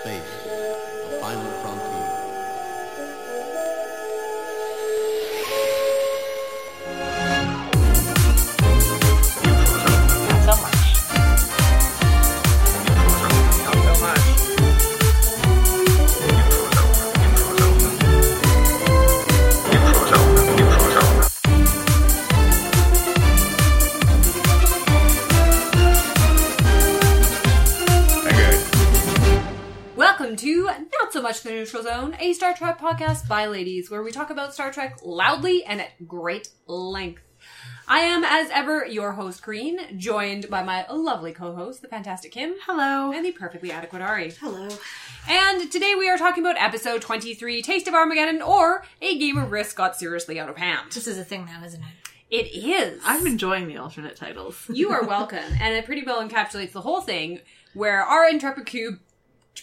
Space, the final frontier. so much. Welcome to Not So Much the Neutral Zone, a Star Trek podcast by ladies, where we talk about Star Trek loudly and at great length. I am, as ever, your host, Green, joined by my lovely co host, the fantastic Kim. Hello. And the perfectly adequate Ari. Hello. And today we are talking about episode 23, Taste of Armageddon, or A Game of Risk Got Seriously Out of Hand. This is a thing now, isn't it? It is. I'm enjoying the alternate titles. You are welcome. and it pretty well encapsulates the whole thing where our intrepid cube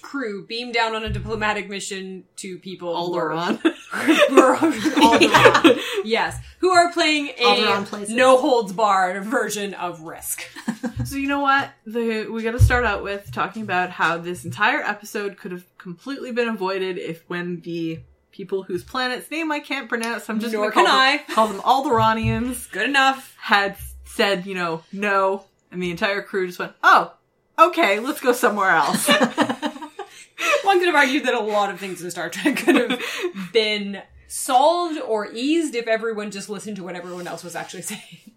crew beam down on a diplomatic mission to people who are- Alderaan. who are- Alderaan. yes who are playing Alderaan a places. no holds barred version of risk so you know what? The we got to start out with talking about how this entire episode could have completely been avoided if when the people whose planet's name I can't pronounce, I'm just Nor gonna call can them, call them Alderanians, good enough had said, you know, no, and the entire crew just went, "Oh, okay, let's go somewhere else." one could have argued that a lot of things in star trek could have been solved or eased if everyone just listened to what everyone else was actually saying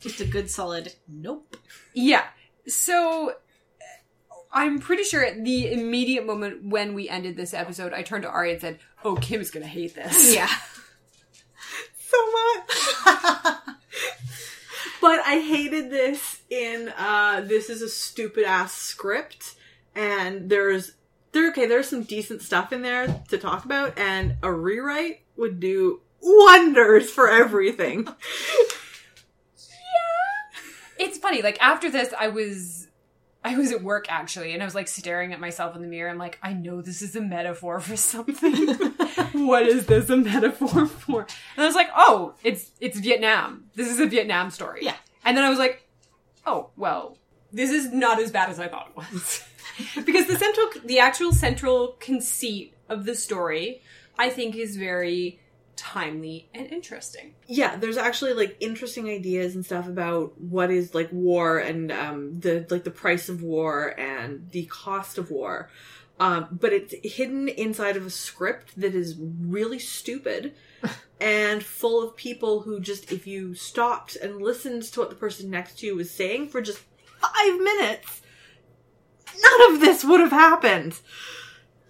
Just a good solid nope. Yeah. So uh, I'm pretty sure at the immediate moment when we ended this episode, I turned to Ari and said, Oh, Kim is going to hate this. Yeah. so much. but I hated this in uh this is a stupid ass script and there's there okay, there's some decent stuff in there to talk about and a rewrite would do wonders for everything. It's funny. Like, after this, I was. I was at work actually, and I was like staring at myself in the mirror. I'm like, I know this is a metaphor for something. what is this a metaphor for? And I was like, oh, it's it's Vietnam. This is a Vietnam story. Yeah. And then I was like, oh well, this is not as bad as I thought it was. because the central the actual central conceit of the story i think is very timely and interesting yeah, there's actually like interesting ideas and stuff about what is like war and um the like the price of war and the cost of war. Um, but it's hidden inside of a script that is really stupid and full of people who just if you stopped and listened to what the person next to you was saying for just five minutes, none of this would have happened.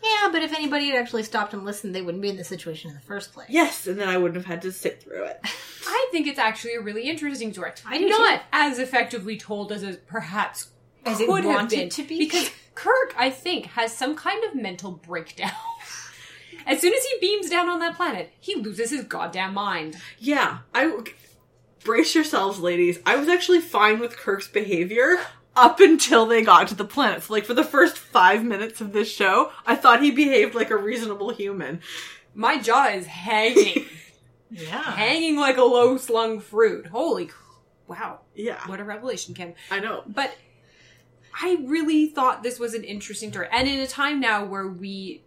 Yeah, but if anybody had actually stopped and listened, they wouldn't be in this situation in the first place. Yes, and then I wouldn't have had to sit through it. i think it's actually a really interesting story I do not as effectively told as it perhaps As it could have wanted been to be. because kirk i think has some kind of mental breakdown as soon as he beams down on that planet he loses his goddamn mind Yeah, I brace yourselves, ladies. I was actually fine with Kirk's behavior up until they got to the planet. So, like for the first five minutes of this show, I thought he behaved like a reasonable human. my jaw is hanging Yeah. hanging like a low slung fruit holy c- wow Yeah, what a revelation kim I know. but I really thought this was an interesting story, and in a time now where we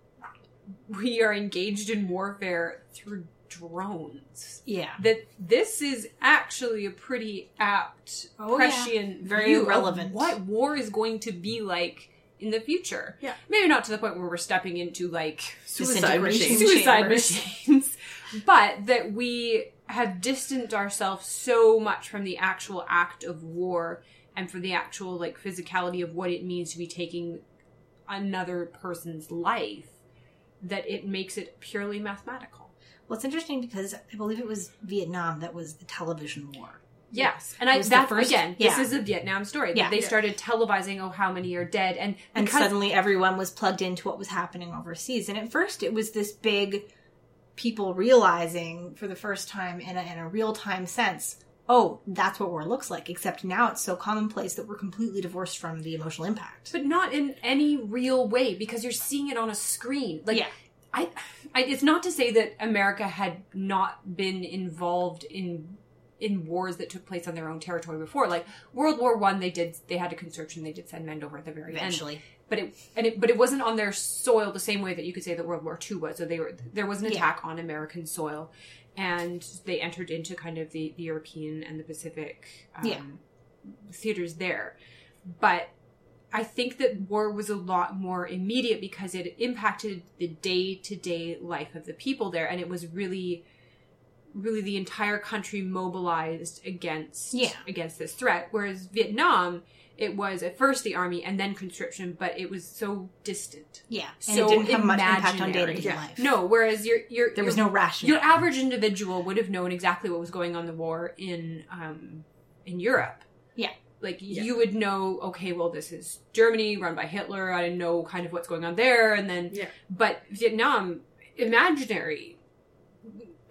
we are engaged in warfare through drones, Yeah. that this is actually a pretty apt, Oh, yeah. prescient, Very view of relevant. what war is going to be like in the future. Yeah. maybe not to the point where we're stepping into like Suicide Disintegration machine. suicide chambers. machines, but that we have distanced ourselves so much from the actual act of war and from the actual like physicality of what it means to be taking another person's life that it makes it purely mathematical. Well, it's interesting because I believe it was Vietnam that was the television war. Yes, and I It was the that first- again, yeah. this is a Vietnam story. that Yeah. they Yeah. started televising oh how many are dead and And because- suddenly everyone was plugged into what was happening overseas. And at first it was this big people realizing for the first time in a, in a real time sense, oh, that's what war looks like. Except now it's so commonplace that we're completely divorced from the emotional impact. but not in any real way because you're seeing it on a screen. Like Yeah. I, I it's not to say that America had not been involved in in wars that took place on their own territory before. Like World War One, they did they had a conscription, they did send men over at the very end. eventually. But it and it but it wasn't on their soil the same way that you could say that World War Two was. So they were there was an Yeah. attack on American soil, and they entered into kind of the, the European and the Pacific um, Yeah. theaters there. But I think that war was a lot more immediate because it impacted the day to day life of the people there, and it was really, really the entire country mobilized against Yeah. against this threat. Whereas Vietnam, it was at first the army and then conscription, but it was so distant. Yeah. And So it didn't have much impact on imaginary. day to day Yeah. life. No, whereas your your There your, was no rationale. your average individual would have known exactly what was going on in the war in um in Europe. Yeah. Like Yeah. you would know, okay, well this is Germany run by Hitler. I know kind of what's going on there and then Yeah. but Vietnam imaginary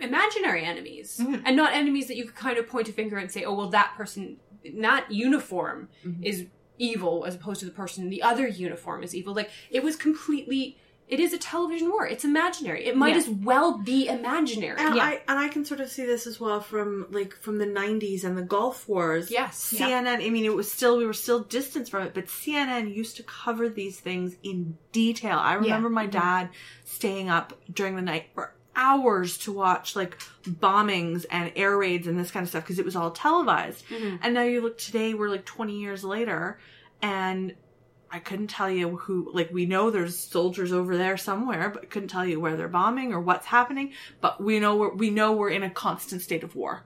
imaginary enemies Mhm. and not enemies that you could kind of point a finger and say, "Oh, well that person in that uniform Mhm. is evil as opposed to the person in the other uniform is evil." Like it was completely it is a television war. It's imaginary. It might Yeah. as well be imaginary. And Yeah. I and I can sort of see this as well from like from the '90s and the Gulf Wars. Yes. Yeah. CNN. I mean, it was still we were still distanced from it, but CNN used to cover these things in detail. I remember my dad staying up during the night for hours to watch like bombings and air raids and this kind of stuff because it was all televised. Mhm. And now you look today, we're like 20 years later, and I couldn't tell you who, like, we know there's soldiers over there somewhere, but couldn't tell you where they're bombing or what's happening. But we know we're, we know we're in a constant state of war.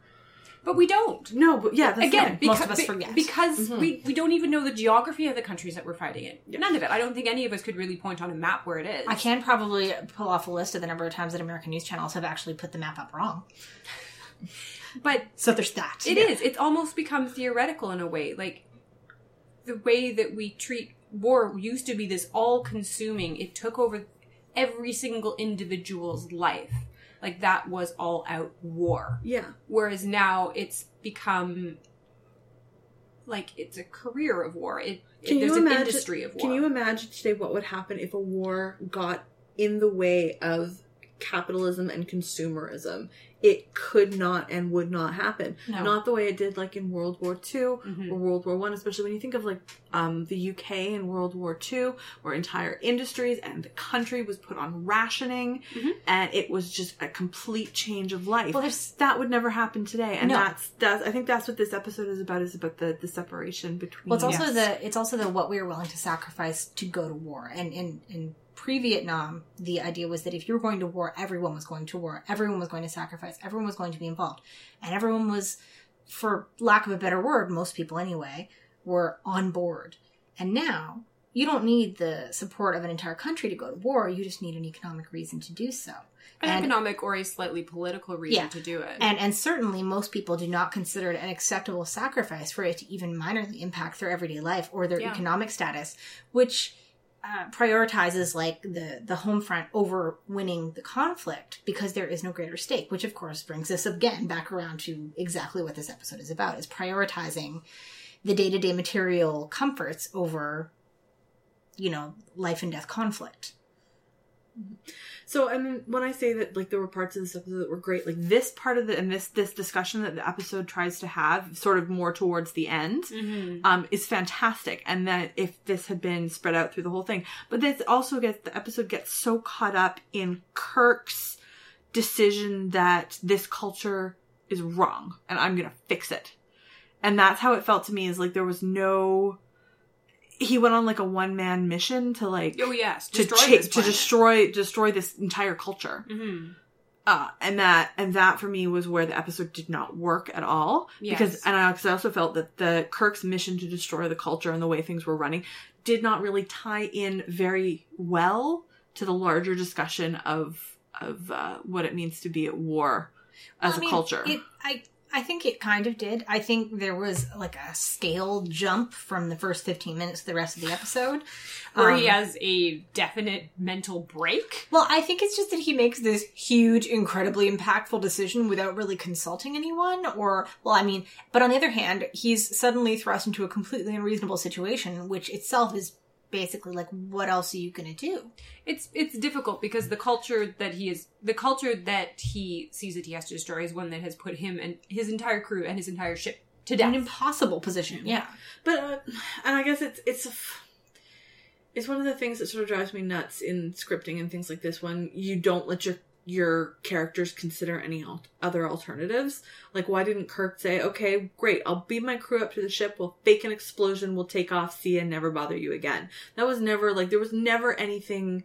But we don't. No, but yeah, that's Again, fine. because, Most of us be- forget. Mm-hmm. because we, we don't even know the geography of the countries that we're fighting in. None of it. I don't think any of us could really point on a map where it is. I can probably pull off a list of the number of times that American news channels have actually put the map up wrong. But So there's that. it is. It's almost become theoretical in a way. Like the way that we treat war used to be this all consuming, it took over every single individual's life. Like that was all out war. yeah. whereas now it's become like it's a career of war. It, it- Can you there's an imagine- industry of war. Can you imagine today what would happen if a war got in the way of capitalism and consumerism? It could not and would not happen. No. Not the way it did like in World War II Mhm. or World War One, especially when you think of like um, the UK in World War II, where entire industries and the country was put on rationing and it was just a complete change of life. Mm-hmm. Well, there's- that would never happen today. And No. that's that's I think that's what this episode is about, is about the, the separation between Well, it's also the it's also the what we are willing to sacrifice to go to war. And in in pre-Vietnam, the idea was that if you were going to war, everyone was going to war. Everyone was going to sacrifice. Everyone was going to be involved, and everyone was, for lack of a better word, most people anyway, were on board. And now you don't need the support of an entire country to go to war. You just need an economic reason to do so. an and- economic or a slightly political reason Yeah. to do it? And and certainly most people do not consider it an acceptable sacrifice for it to even minorly impact their everyday life or their Yeah. economic status, which uh, prioritizes like the the home front over winning the conflict because there is no greater stake. Which of course brings us again back around to exactly what this episode is about: is prioritizing the day to day material comforts over, you know, life and death conflict. So, and then when I say that, like, there were parts of this episode that were great, like this part of the and this this discussion that the episode tries to have, sort of more towards the end, Mhm. um, is fantastic. And that if this had been spread out through the whole thing, but this also gets the episode gets so caught up in Kirk's decision that this culture is wrong and I'm gonna fix it, and that's how it felt to me. Is like there was no. He went on like a one man mission to like Oh yes, to destroy cha- this to planet. destroy destroy this entire culture. Mhm. Uh, and that and that for me was where the episode did not work at all because Yes. and I, 'cause I also felt that the Kirk's mission to destroy the culture and the way things were running did not really tie in very well to the larger discussion of of uh, what it means to be at war as I a mean, culture. It, I I think it kind of did. I think there was like a scale jump from the first fifteen minutes to the rest of the episode. Where Um, he has a definite mental break. Well, I think it's just that he makes this huge, incredibly impactful decision without really consulting anyone, or, well, I mean, but on the other hand, he's suddenly thrust into a completely unreasonable situation, which itself is basically like what else are you going to do? It's it's difficult because the culture that he is the culture that he sees that he has to destroy is one that has put him and his entire crew and his entire ship to An death. impossible position. Yeah. But uh, and I guess it's it's a f- it's one of the things that sort of drives me nuts in scripting and things like this when you don't let your your characters consider any al- other alternatives. Like, why didn't Kirk say, "Okay, great, I'll beam my crew up to the ship. We'll fake an explosion. We'll take off. See you, and never bother you again." That was never like there was never anything.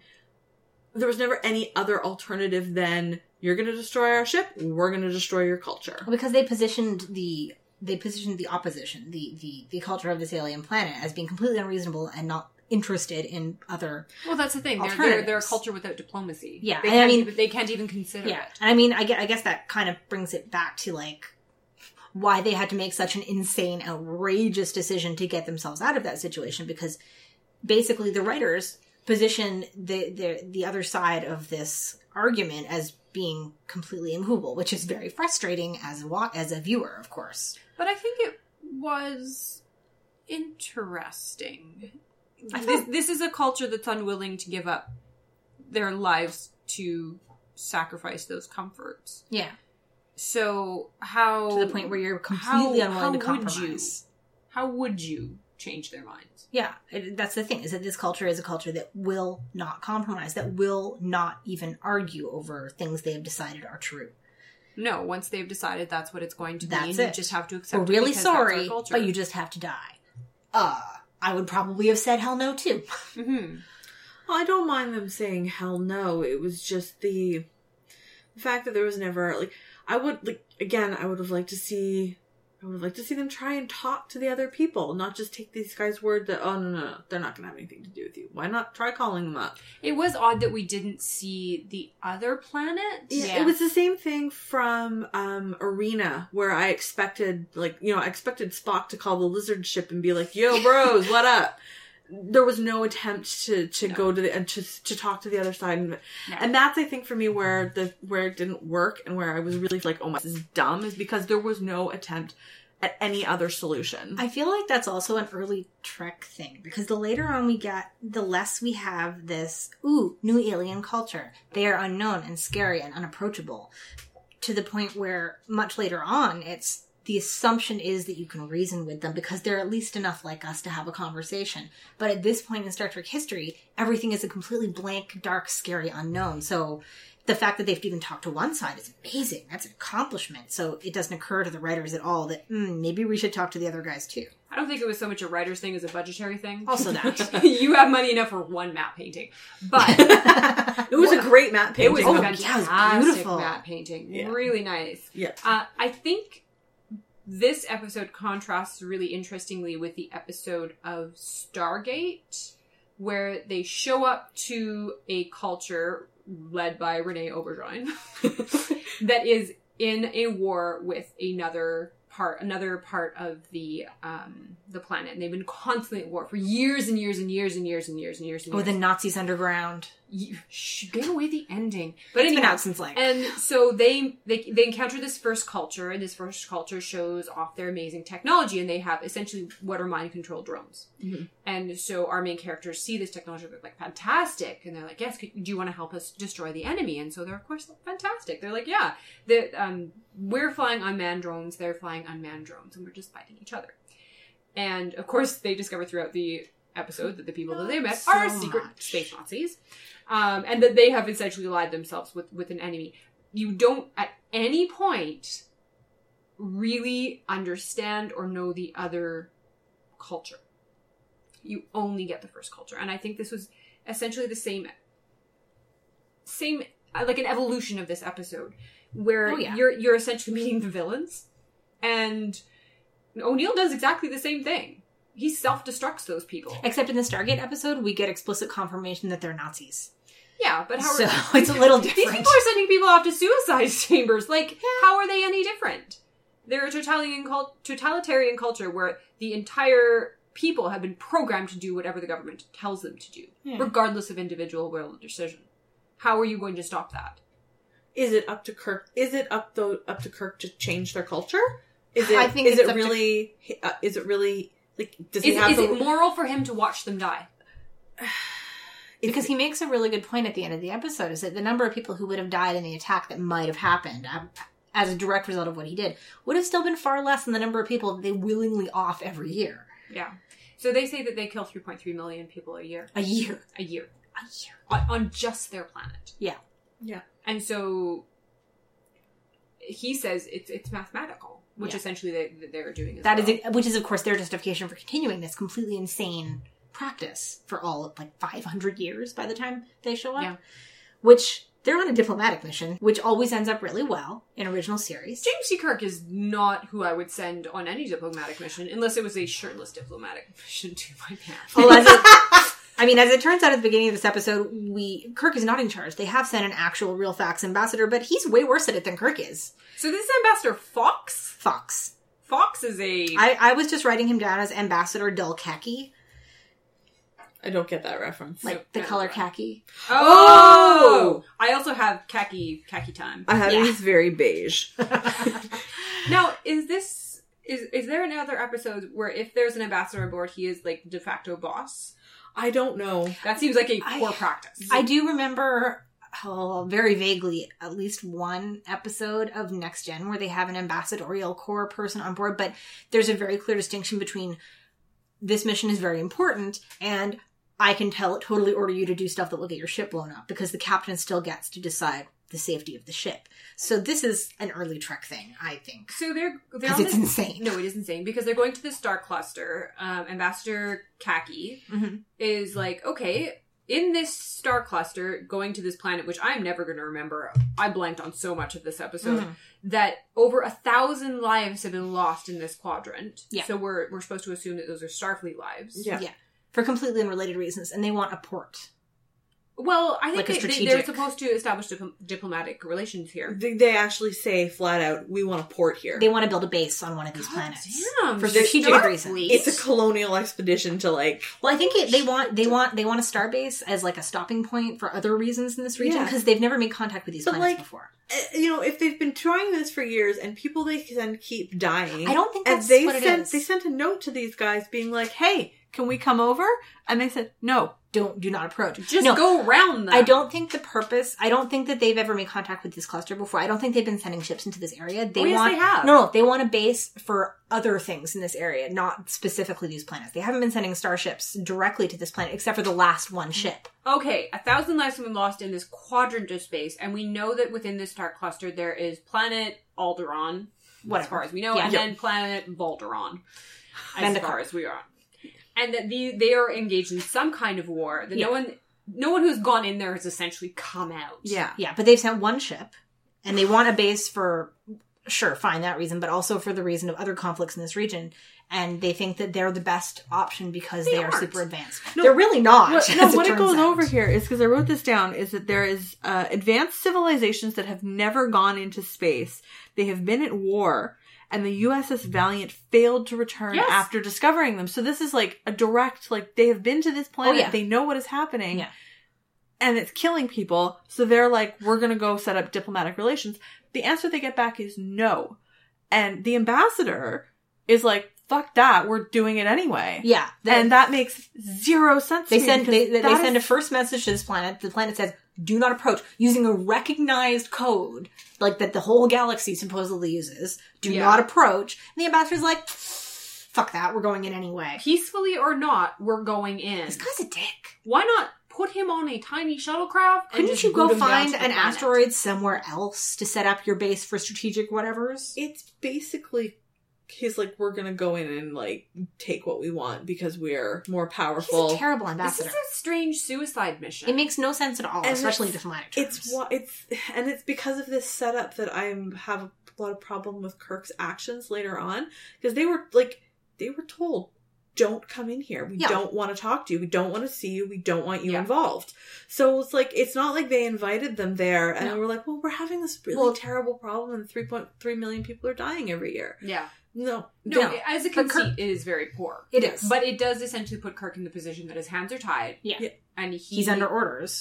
There was never any other alternative than you're going to destroy our ship. We're going to destroy your culture. Because they positioned the they positioned the opposition, the the the culture of this alien planet as being completely unreasonable and not interested in other Well, that's the thing. They're, they're they're a Alternatives. culture without diplomacy. Yeah, they and I can't mean- even, they can't even consider Yeah, it. and I mean, I guess, I guess that kind of brings it back to like why they had to make such an insane, outrageous decision to get themselves out of that situation because basically the writers position the the the other side of this argument as being completely immovable, which is very frustrating as a wa- as a viewer, of course. But I think it was interesting. I this, thought- this is a culture that's unwilling to give up their lives to sacrifice those comforts. Yeah, So how to the point where you're completely how- unwilling to how would compromise. how would you change their minds? Yeah, it- that's the thing is that this culture is a culture that will not compromise, that will not even argue over things they have decided are true. No, once they've decided that's what it's going to That's be, and you it. just have to accept. We're it really because that's our sorry, culture. but you just have to die. Uh, I would probably have said hell no too. Mhm. I don't mind them saying hell no. It was just the the fact that there was never like I would like again, I would have liked to see I would have liked to see them try and talk to the other people, not just take these guys' word that oh no no, no they're not gonna have anything to do with you. Why not try calling them up? It was odd that we didn't see the other planet. Yeah. Yeah. It was the same thing from um, Arena where I expected like you know, I expected Spock to call the lizard ship and be like, Yo bros, what up? There was no attempt to, to No. go to the and to, to talk to the other side and No. and that's I think for me where the where it didn't work and where I was really like, oh my, this is dumb, is because there was no attempt at any other solution. I feel like that's also an early Trek thing because the later on we get, the less we have this, ooh, new alien culture. They are unknown and scary and unapproachable to the point where much later on it's the assumption is that you can reason with them because they're at least enough like us to have a conversation. But at this point in Star Trek history, everything is a completely blank, dark, scary unknown. So the fact that they've even talked to one side is amazing. That's an accomplishment. So it doesn't occur to the writers at all that mm, maybe we should talk to the other guys too. I don't think it was so much a writer's thing as a budgetary thing. Also that. you have money enough for one map painting, but it was a great map it painting. was Oh, a yeah, it was fantastic beautiful. map painting. Yeah. Really nice. yeah. Uh, I think this episode contrasts really interestingly with the episode of Stargate, where they show up to a culture led by Renee Oberjoin that is in a war with another part another part of the um the planet and they've been constantly at war for years and years and years and years and years and years and years or the Nazis underground. you, shh, get away the ending but But it's been anyhow out since like and so they, they they encounter this first culture, and this first culture shows off their amazing technology, and they have essentially what are mind control drones. Mhm. And so our main characters see this technology, they're like fantastic, and they're like, yes, could, do you want to help us destroy the enemy? And so they're of course like, fantastic. They're like, yeah, the um, we're flying unmanned drones, they're flying unmanned drones, and we're just fighting each other. And of course, they discover throughout the episode that the people that they met So are secret much. space Nazis, um, and that they have essentially allied themselves with with an enemy. You don't at any point really understand or know the other culture. You only get the first culture, and I think this was essentially the same same uh, like an evolution of this episode where Oh, yeah. you're you're essentially meeting the villains and O'Neill does exactly the same thing. He self-destructs those people. except in the Stargate episode, we get explicit confirmation that they're Nazis. Yeah, but how So are it's a little These different. people are sending people off to suicide chambers. Like, how are they any different? They're a totalitarian, cult- totalitarian culture where the entire people have been programmed to do whatever the government tells them to do, Yeah. regardless of individual will or decision. How are you going to stop that? Is it up to Kirk? Is it up the up to Kirk to change their culture? Is it? I think is it's it up to- really? uh, is it really like? Does he Is, have is the? it moral for him to watch them die? because he makes a really good point at the end of the episode is that the number of people who would have died in the attack that might have happened um, as a direct result of what he did would have still been far less than the number of people that they willingly off every year. Yeah. So they say that they kill 3.3 million people a year. A year. A year. A year. On, on just their planet. Yeah. Yeah. And so he says it's it's mathematical, which Yeah. essentially they, they're doing. As That is, well. which is of course their justification for continuing this completely insane practice for all of like 500 years by the time they show up. Yeah. Which they're on a diplomatic mission, which always ends up really well in original series. James C. Kirk is not who I would send on any diplomatic mission, unless it was a shirtless diplomatic mission to my parents. Well, as it- I mean, as it turns out at the beginning of this episode, we Kirk is not in charge. They have sent an actual real fax ambassador, but he's way worse at it than Kirk is. So this is Ambassador Fox. Fox. Fox is a I, I was just writing him down as Ambassador Dull Khaki, I don't get that reference. like So- the yeah, color right. khaki. oh! I also have khaki khaki time. I have Yeah. he's very beige. Now, is this is is there another episode where if there's an ambassador aboard, he is like de facto boss? I don't know. That seems like a I- poor practice. I do remember, oh, very vaguely, at least one episode of Next Gen where they have an ambassadorial corps person on board, but there's a very clear distinction between this mission is very important and I can tell totally order you to do stuff that will get your ship blown up because the captain still gets to decide the safety of the ship. So this is an early Trek thing, I think, so they're they're because on it's this, insane. no, it is insane because they're going to the star cluster. Um, ambassador khaki Mhm. is like okay. In this star cluster, going to this planet, which I'm never going to remember, I blanked on so much of this episode. Mhm. that over a thousand lives have been lost in this quadrant. Yeah. So we're we're supposed to assume that those are Starfleet lives. Yeah. for completely unrelated reasons, and they want a port. Well, I think Like a they, they, strategic- Mm-hmm. they're supposed to establish dip- diplomatic relations here. They, they actually say flat out, we want a port here. They want to build a base on one of these God planets damn, for they're strategic Starfleet. reasons. it's a colonial expedition to like. Well, I think it, they want they want they want a star base as like a stopping point for other reasons in this region Yeah. because they've never made contact with these But, planets like, before. eh, You know, if they've been trying this for years and people they can keep dying, I don't think and that's they what it sent is. they sent a note to these guys being like, "Hey, can we come over?" And they said, "No." don't do not approach. Just no, go around them. I don't think the purpose. I don't think that they've ever made contact with this cluster before. I don't think they've been sending ships into this area. They Oh, yes, want they have. no, no, they want a base for other things in this area, not specifically these planets. They haven't been sending starships directly to this planet except for the last one ship. Okay, a thousand lives have been lost in this quadrant of space, and we know that within this star cluster there is planet Alderaan, Whatever. as far as we know, Yeah. and then planet Balderon, as Mendicant. far as we are. And that the, they are engaged in some kind of war that Yeah. no one, no one who's gone in there has essentially come out. Yeah. Yeah, but they've sent one ship, and they want a base for sure, fine that reason, but also for the reason of other conflicts in this region. And they think that they're the best option because they, They are aren't. super advanced. No. they're really not. What, no, as what it turns goes out. over here is because I wrote this down is that there is uh, advanced civilizations that have never gone into space. They have been at war, and the USS Valiant failed to return Yes. after discovering them. So this is like a direct like they have been to this planet. Oh, yeah. They know what is happening. Yeah. And it's killing people. So they're like, we're going to go set up diplomatic relations. The answer they get back is no. And the ambassador is like, fuck that. We're doing it anyway. Yeah, they, and that makes zero sense. they to me send because they, they that send a is- first message to this planet. The planet says, "Do not approach," using a recognized code like that the whole galaxy supposedly uses. Do Yeah. not approach. And the ambassador's like, "Fuck that. We're going in anyway." Peacefully or not, we're going in. This guy's a dick. Why not put him on a tiny shuttlecraft? and Couldn't just you boot go him down find to the an planet? asteroid somewhere else to set up your base for strategic whatevers? it's basically he's like we're gonna go in and like take what we want because we're more He's powerful a terrible This is ambassador. a strange suicide mission. It makes no sense at all, And especially in it's- diplomatic terms. it's why it's and it's because of this setup that i am have a lot of problem with kirk's actions later on because they were like they were told don't come in here we Yeah. don't want to talk to you we don't want to see you we don't want you Yeah. involved so it's like it's not like they invited them there and No. they were like well we're having this really Well- terrible problem and 3.3 million people are dying every year yeah. no No, Yeah. as a But conceit, Kirk- it is very poor. It is. But it does essentially put Kirk in the position that his hands are tied. Yeah. Yeah. And he, He's under orders.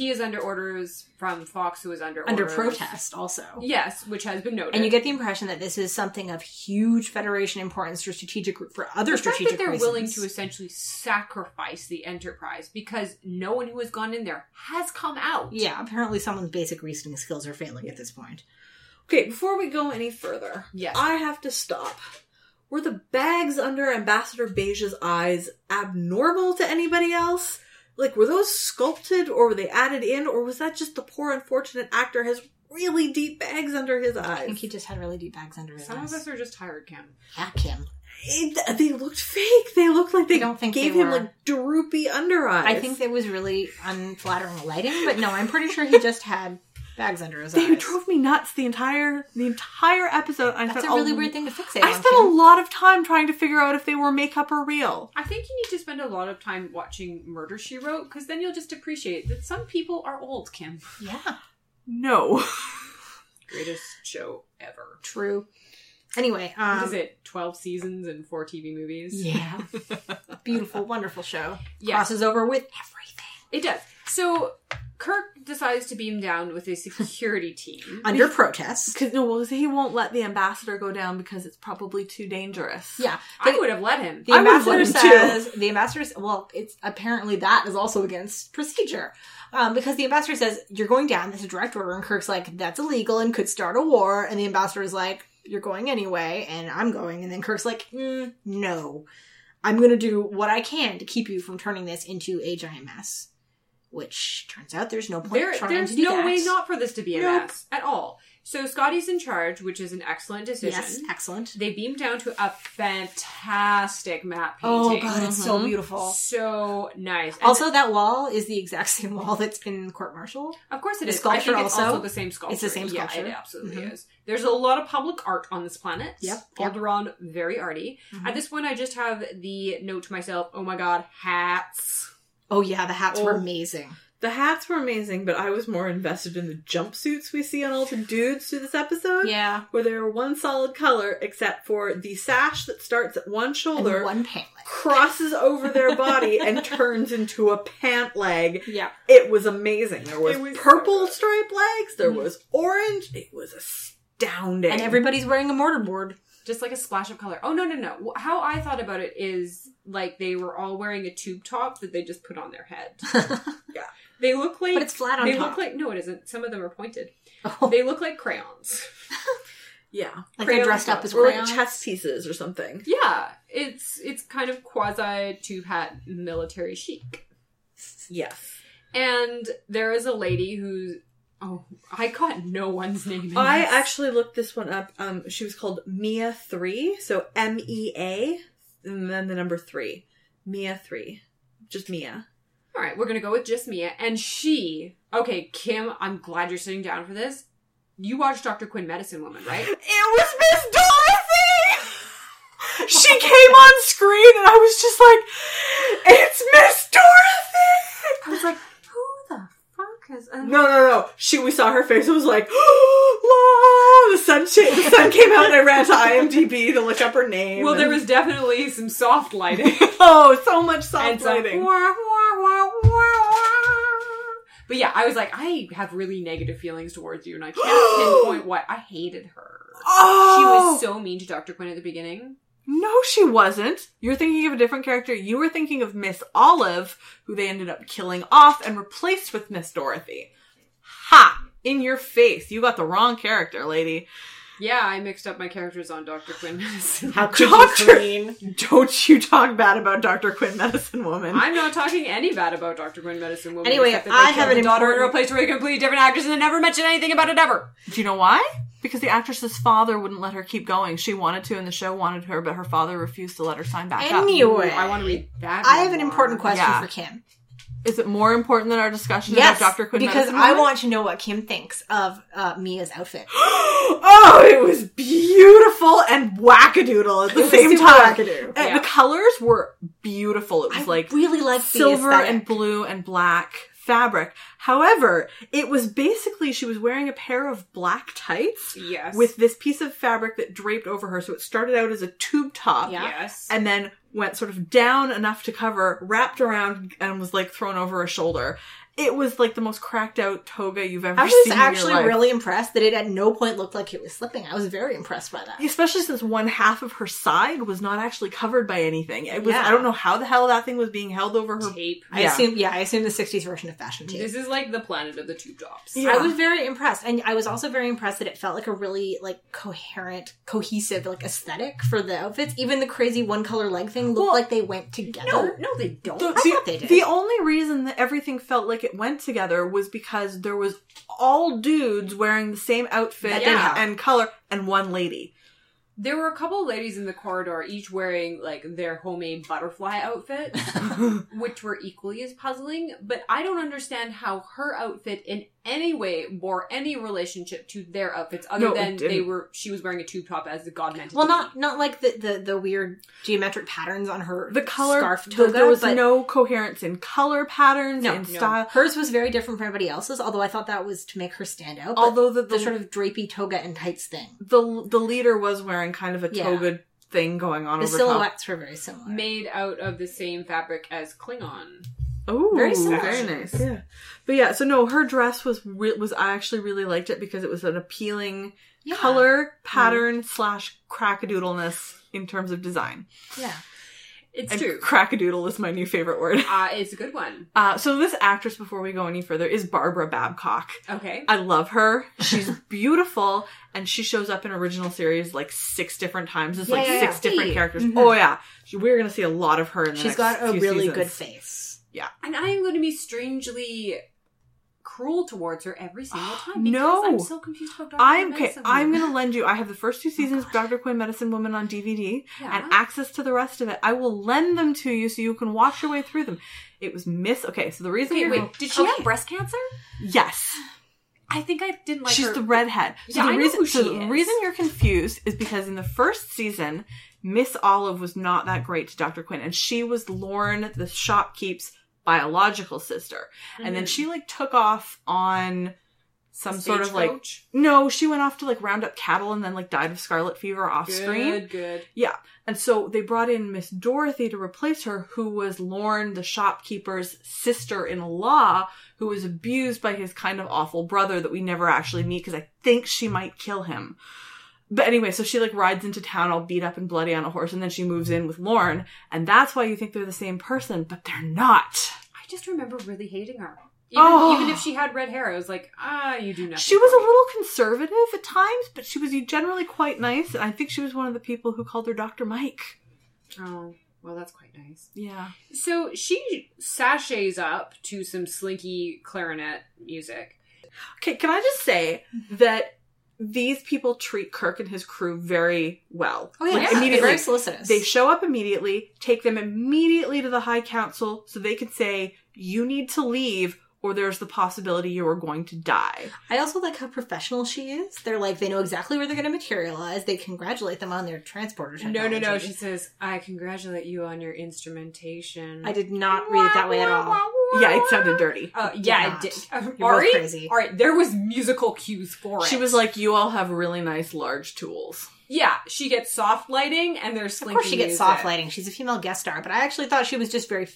he is under orders from Fox, who is under under orders. protest also. Yes, which has been noted. And you get the impression that this is something of huge Federation importance for strategic for other the fact strategic that they're reasons. willing to essentially sacrifice the Enterprise because no one who has gone in there has come out. Yeah, apparently someone's basic reasoning skills are failing at this point. Okay, before we go any further, Yes. I have to stop. Were the bags under Ambassador Beige's eyes abnormal to anybody else? Like, were those sculpted or were they added in, or was that just the poor unfortunate actor has really deep bags under his eyes? I think he just had really deep bags under his Some eyes. of us are just tired, Kim. yeah, Kim. It- they looked fake. They looked like they I don't think gave they him were. like droopy under eyes. I think that was really unflattering lighting, but no, I'm pretty sure he just had bags under his they eyes. drove me nuts the entire the entire episode. I That's a spent really weird thing to fixate I on. spent a Kim. lot of time trying to figure out if they were makeup or real. I think you need to spend a lot of time watching Murder She Wrote because then you'll just appreciate that some people are old, Kim. Yeah, No. Greatest show ever. true. Anyway, um, what is it? 12 seasons and four TV movies? Yeah, beautiful, wonderful show. Yes. Crosses over with everything. It does. So Kirk decides to beam down with a security team. under protest. Because no, well, he won't let the ambassador go down because it's probably too dangerous. Yeah, I would have let him. the I would ambassador want him to. says the ambassador. s- Well, it's apparently that is also against procedure um, because the ambassador says you're going down. This is a direct order, and Kirk's like that's illegal and could start a war. And the ambassador is like you're going anyway, and I'm going. And then Kirk's like mm, no, I'm going to do what I can to keep you from turning this into a giant mess. Which turns out there's no point There, trying there's to do no that. way not for this to be a Nope. mess at all. So Scotty's in charge, which is an excellent decision. Yes, excellent. They beam down to a fantastic map Oh painting. god, it's so beautiful. So nice. And Also, that wall is the exact same wall that's in court martial. of course it the is. I think sculpture it's also- also the same sculpture. it's the same sculpture. Yeah, it absolutely Mhm. is. There's a lot of public art on this planet. Yep, yep. Alderaan, very arty. Mhm. At this point, I just have the note to myself, oh my god, hats. Oh yeah, the hats were Oh. amazing. The hats were amazing, but I was more invested in the jumpsuits we see on all the dudes through this episode. Yeah, Where they were one solid color except for the sash that starts at one and shoulder, one pant leg. crosses over their body, and turns into a pant leg. Yeah, It was amazing. There was, Mm-hmm. It was so purple good. striped legs, there Mhm. was orange. It was astounding. and everybody's wearing a mortarboard. Just like a splash of color. Oh, no, no, no. How I thought about it is like they were all wearing a tube top that they just put on their head. but They look like. it's flat on they top. look like. No, it isn't. Some of them are pointed. Oh, They look like crayons. yeah. like they're crayons dressed up as Or like crayons. chess pieces or something. Yeah, it's it's kind of quasi tube hat military chic. Yes. And there is a lady who's oh, I got no one's name. In I this. actually looked this one up. Um, she was called Mia Three, so M E A, and then the number three, Mia Three, just Mia. all right, we're gonna go with just Mia, and she. Okay, Kim, I'm glad you're sitting down for this. You watched Doctor Quinn, Medicine Woman, right? It was Miss Dorothy. she came on screen, and I was just like, "It's Miss Dorothy." I was like, who the fuck is? And No, no, no. She, we saw her face. It was like, "La!" The sun, sh- the sun came out, and I ran to IMDb to look up her name. Well, there and- was definitely some soft lighting. oh, so much and soft some lighting. wah, wah, wah, wah, wah. But yeah, I was like, I have really negative feelings towards you, and I can't pinpoint what. I hated her. She Oh. was so mean to Dr. Quinn at the beginning. No, she wasn't. You're thinking of a different character. You were thinking of Miss Olive, who they ended up killing off and replaced with Miss Dorothy. Ha! In your face. You got the wrong character, lady. Yeah, I mixed up my characters on Dr. Quinn. How could you, Doctor- Colleen? Don't you talk bad about Dr. Quinn, Medicine Woman. I'm not talking any bad about Dr. Quinn Medicine Woman. Anyway, except that they I have killed an the daughter and important- replaced her with a completely different actress and they never mentioned anything about it ever. Do you know why? Because the actress's father wouldn't let her keep going. She wanted to, and the show wanted her, but her father refused to let her sign back up. Anyway, I want to read that. I have an memoir. important question Yeah. for Kim. Is it more important than our discussion Yes, about Dr. Quinn because Medicine I Woman? want to know what Kim thinks of uh, Mia's outfit. oh, it was beautiful and wackadoodle at the It was same super time. wackadoo. And Yeah. The colors were beautiful. It was like I really like silver the and blue and black fabric. However, it was basically she was wearing a pair of black tights Yes. with this piece of fabric that draped over her. So it started out as a tube top Yeah. Yes. and then went sort of down enough to cover, wrapped around, and was like thrown over a shoulder. It was like the most cracked out toga you've ever I was seen. in your actually life. really impressed that it at no point looked like it was slipping. I was very impressed by that. Especially since one half of her side was not actually covered by anything. It was Yeah. I don't know how the hell that thing was being held over her. tape. I Um, Yeah. assume, yeah, I assume the '60s version of fashion tape. This is like the planet of the tube tops. Yeah. I was very impressed, and I was also very impressed that it felt like a really like coherent, cohesive like aesthetic for the outfits. Even the crazy one color leg thing looked Well, like they went together. no, they don't. The, I the- thought they did. the only reason that everything felt like it went together was because there was all dudes wearing the same That outfit did and- help. and color and one lady. There were a couple of ladies in the corridor, each wearing like their homemade butterfly outfit, which were equally as puzzling. But I don't understand how her outfit in any way bore any relationship to their outfits, other No, it than they didn't. were. She was wearing a tube top as the god meant. it Well, to be. not not like the, the the weird geometric patterns on her The color scarf the- toga. there was but no uh, coherence in color patterns No, and no. style. hers was very different from everybody else's. Although I thought that was to make her stand out. but Although the, the the sort of drapey toga and tights thing, the the leader was wearing kind of a Yeah. toga thing going on the over silhouettes were very similar. made out of the same fabric as Klingon. top. Oh, Very similar. very nice. Yeah, but yeah, so no, her dress was re- was I actually really liked it because it was an appealing Yeah. color pattern slash crackadoodleness in terms of design. Yeah. It's and true. crackadoodle is my new favorite word. Uh, it's a good one. Uh, so this actress, before we go any further, is Barbara Babcock. Okay. I love her. She's beautiful, and she shows up in original series like six different times. It's Yeah, like yeah, six yeah. different characters. Mhm. Oh yeah, She- we're gonna see a lot of her. in the She's next got a few really seasons. good face. And I am going to be strangely cruel towards her every single time because No. I'm so confused about Dr. I'm okay. Medicine I'm Woman. gonna lend you. I have the first two seasons of Doctor Quinn Medicine Woman on DVD Yeah. and access to the rest of it. I will lend them to you so you can watch your way through them. It was Miss. Okay, so the reason Okay, you're- wait. Did she Okay. have breast cancer? yes, I think I didn't like she's her. the redhead. So Yeah, the I know reason, who so she the is. reason you're confused is because in the first season, Miss Olive was not that great to Dr. Quinn, and she was Lorne, the shopkeep's biological sister. And then Mhm. she like took off on some sort of like Stagecoach? no, she went off to like round up cattle and then like died of scarlet fever off screen. Good, good. And so they brought in Miss Dorothy to replace her, who was Lorne, the shopkeeper's sister in law, who was abused by his kind of awful brother that we never actually meet because I think she might kill him. But anyway, so she like rides into town all beat up and bloody on a horse, and then she moves in with Lorne, and that's why you think they're the same person, but they're not. I just remember really hating her. Even, Oh. even if she had red hair, I was like, ah, you do nothing. She was for a me. little conservative at times, but she was generally quite nice, and I think she was one of the people who called her Dr. Mike. Oh, well, that's quite nice. Yeah. So she sashays up to some slinky clarinet music. Okay, can I just say Mm-hmm. that these people treat Kirk and his crew very well. Oh yeah, Like, yeah. immediately. very solicitous. They show up immediately, take them immediately to the High Council so they can say, you need to leave or there's the possibility you are going to die. I also like how professional she is. They're like they know exactly where they're going to materialize. They congratulate them on their transporter. No, no, no. technology. She says, I congratulate you on your instrumentation. I did not read it that way at all. Yeah, it sounded dirty. Oh, Did yeah, not. it did. Uh, You're Ari? both crazy. All right, there was musical cues for it. She was like, you all have really nice large tools. yeah, she gets soft lighting and there's Of slinky course, she gets music. soft lighting. She's a female guest star, but I actually thought she was just very.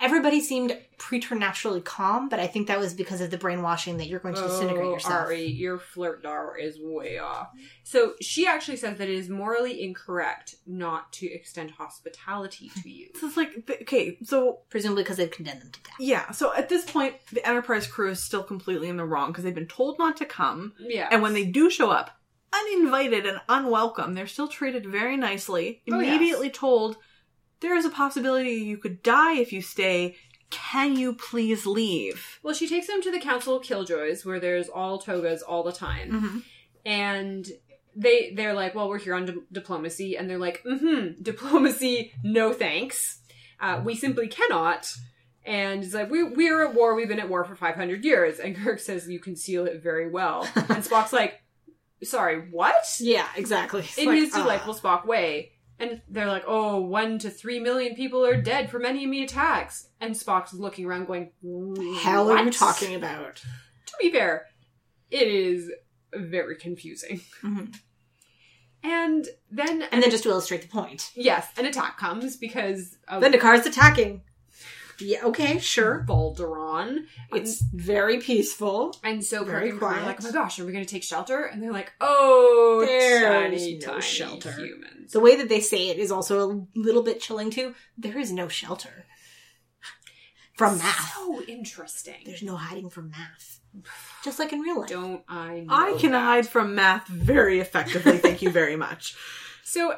Everybody seemed preternaturally calm, but I think that was because of the brainwashing that you're going to disintegrate Oh, yourself. Ari, your flirt dar is way off. So she actually says that it is morally incorrect not to extend hospitality to you. This is like, th- okay, so Presumably because they've condemned them to death. yeah, so at this point, the Enterprise crew is still completely in the wrong because they've been told not to come. Yeah. And when they do show up, uninvited and unwelcome, they're still treated very nicely, Oh, yes. immediately told, there is a possibility you could die if you stay. Can you please leave? Well, she takes them to the Council of Killjoys, where there's all togas all the time, and they they're like, "Well, we're here on di- diplomacy," and they're like, "Mm-hmm, diplomacy, no thanks. Uh, we simply cannot." And it's like, we, we're at war, we've been at war for 500 years. And Kirk says, you conceal it very well. And Spock's like, sorry, what? Yeah, exactly. It's in like, his ah. delightful Spock way. And they're like, oh, one to three million people are dead from enemy attacks. And Spock's looking around going, hell are you "What?" talking about? Mm-hmm. To be fair, it is very confusing. And then And then just to illustrate the point. yes, an attack comes because of Then Dakar's attacking. Yeah, okay, sure. Balderon. It's very peaceful. And so Kirk Very and Crew are quiet. like, oh my gosh, are we going to take shelter? And they're like, oh, There's tiny, no tiny shelter." humans. The way that they say it is also a little bit chilling too. There is no shelter from math. So interesting. There's no hiding from math. Just like in real life. Don't I know? I can that? hide from math very effectively. Thank you very much. So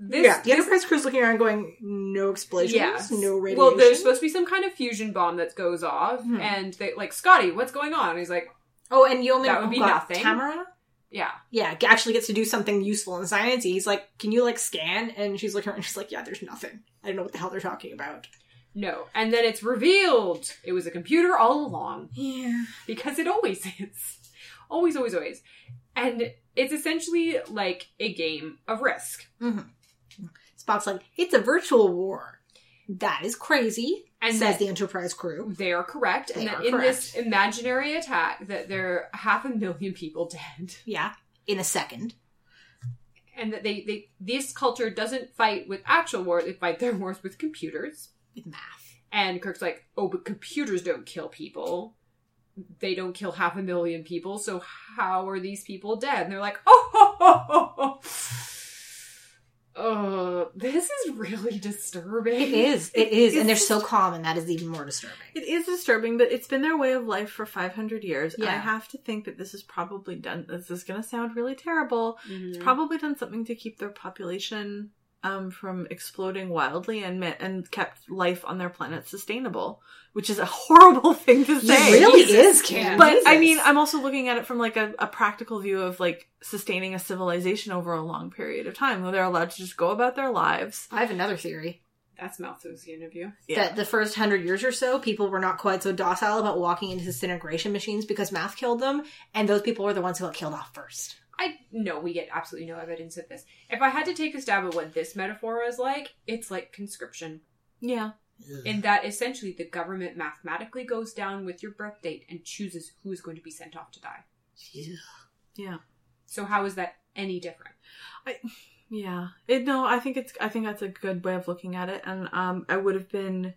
this, yeah, the this Enterprise crew's looking around going, no explosions, Yes. no radiation. Well, there's supposed to be some kind of fusion bomb that goes off, Hmm. and they like Scotty, what's going on? And he's like, oh, and Yeoman that would be oh, God, nothing. Tamara? yeah, Yeah, g- actually gets to do something useful in science. He's like, can you like scan? And she's looking around she's like, yeah, there's nothing. I don't know what the hell they're talking about. no. And then it's revealed it was a computer all along Yeah. because it always is, always, always, always, and it's essentially like a game of risk. Mm-hmm. Spock's like, it's a virtual war. That is crazy, And says that- the Enterprise crew. They are correct, and They that are in this imaginary attack, that there are half a million people dead, Yeah, in a second. and that they, they this culture doesn't fight with actual war; they fight their wars with computers. With math. And Kirk's like, oh, but computers don't kill people. They don't kill half a million people, so how are these people dead? And they're like, oh, ho, ho, ho, ho. Uh, this is really disturbing. It is. It is. And they're so calm, and that is even more disturbing. It is disturbing, but it's been their way of life for 500 years. And I Yeah. have to think that this is probably done. This is going to sound really terrible. Mhm. Mm-hmm. It's probably done something to keep their population um, from exploding wildly and ma- and kept life on their planet sustainable, which is a horrible thing to It say. really Jesus, is, Kim. Kim. But Jesus. I mean, I'm also looking at it from like a, a practical view of like sustaining a civilization over a long period of time, where they're allowed to just go about their lives. I have another theory. That's Malthus' interview. Yeah. That the first hundred years or so, people were not quite so docile about walking into disintegration machines because math killed them, and those people were the ones who got killed off first. I no, we get absolutely no evidence of this. If I had to take a stab at what this metaphor is like, it's like conscription. yeah. In that essentially the government mathematically goes down with your birth date and chooses who is going to be sent off to die. Yeah. So how is that any different? Yeah. It, no, I think it's I think that's a good way of looking at it and um I would have been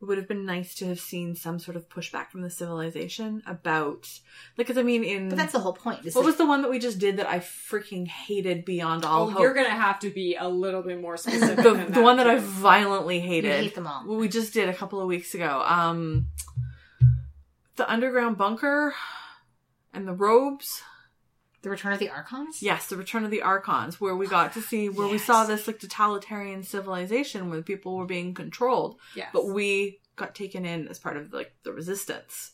it would have been nice to have seen some sort of pushback from the civilization about like cuz I mean in But that's the whole point. This Mm. what is- was the one that we just did that I freaking hated beyond all oh, hope? you're gonna have to be a little bit more specific. the, than the one that I too. violently you hated. hate them all. Well, we just did a couple of weeks ago. Um the underground bunker and the robes. The Return of the Archons? Yes, the Return of the Archons, where we got to see where we saw Yes. this like totalitarian civilization where people were being controlled, yes. but we got taken in as part of like the resistance,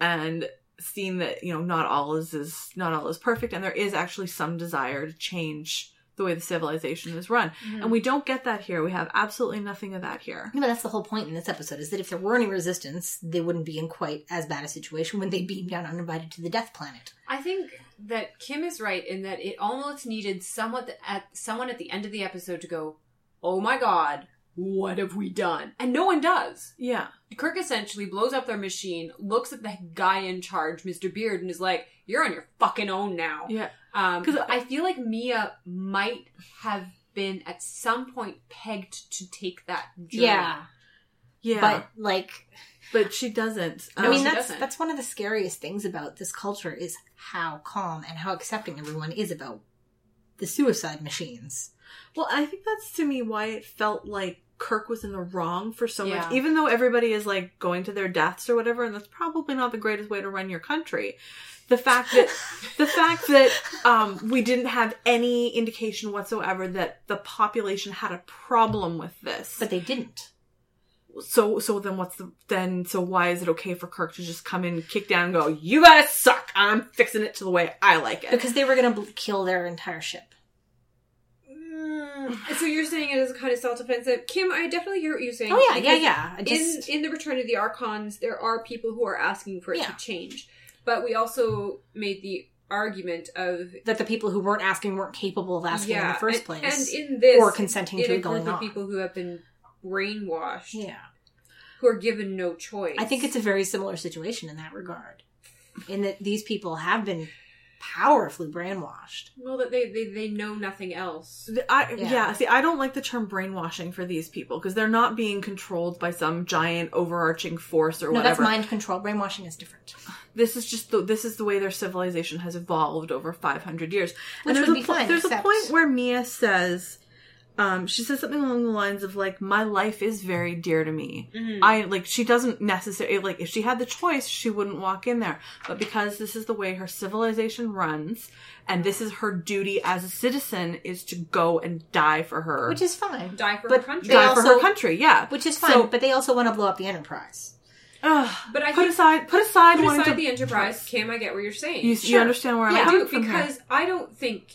and seen that you know not all is is not all is perfect, and there is actually some desire to change the way the civilization is run, and we don't get that here. We have absolutely nothing of that here. No, but that's the whole point in this episode is that if there were any resistance, they wouldn't be in quite as bad a situation when they beamed down uninvited to the death planet. I think that Kim is right in that it almost needed somewhat th- at someone at the end of the episode to go, "Oh my god, what have we done?" And no one does. Yeah, Kirk essentially blows up their machine, looks at the guy in charge, Mr. Beard, and is like, "You're on your fucking own now." yeah, Um, 'Cause I feel like Mia might have been at some point pegged to take that journey. yeah. But, But like she doesn't. No, I mean she Um, that's doesn't. that's one of the scariest things about this culture is how calm and how accepting everyone is about the suicide machines. Well, I think that's to me why it felt like Kirk was in the wrong for so Yeah. much. Even though everybody is like going to their deaths or whatever, and that's probably not the greatest way to run your country. The fact that the fact that um, we didn't have any indication whatsoever that the population had a problem with this. But they didn't. so so then what's the then so why is it okay for Kirk to just come in, kick down, and go, "You guys suck. I'm fixing it to the way I like it." Because they were gonna bl- kill their entire ship. Mm. So you're saying it is kind of self-defensive, Kim? I definitely hear what you're saying. Oh yeah, yeah, because yeah. I just In in the Return of the Archons, there are people who are asking for it Yeah. to change, but we also made the argument of that the people who weren't asking weren't capable of asking in the first and, place. and in this or consenting in to a it going group on. of people who have been brainwashed, yeah. who are given no choice. I think it's a very similar situation in that regard, in that these people have been powerfully brainwashed. Well, that they, they they know nothing else. I, yeah. Yeah. see, I don't like the term brainwashing for these people because they're not being controlled by some giant overarching force or No, that's whatever. mind control. Brainwashing is different. This is just the, this is the way their civilization has evolved over 500 years. Which there's would a be po- fun, There's a except- point where Mia says, um, she says something along the lines of like, "My life is very dear to me." Hmm. Mm-hmm. I like she doesn't necessarily like if she had the choice, she wouldn't walk in there. But because this is the way her civilization runs, and this is her duty as a citizen is to go and die for her, Which is fine. Die for But her country. they die for her also- country. Yeah, Which is fine, So- but they also want to blow up the Enterprise. Ugh, But I put think- aside, put aside, Put wanting aside to- the enterprise, Kim. I get what you're saying. You, you understand where I I'm coming do from here. because I don't think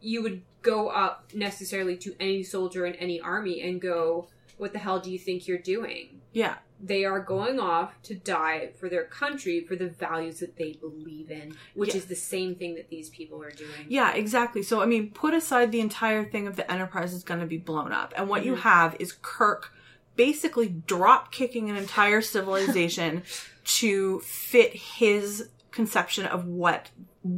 you would go up necessarily to any soldier in any army and go, "What the hell do you think you're doing?" Yeah, They are going off to die for their country for the values that they believe in, which Yeah. is the same thing that these people are doing. yeah, exactly. So I mean, put aside the entire thing of the Enterprise is going to be blown up, and what you Mm-hmm. have is Kirk basically drop kicking an entire civilization to fit his conception of what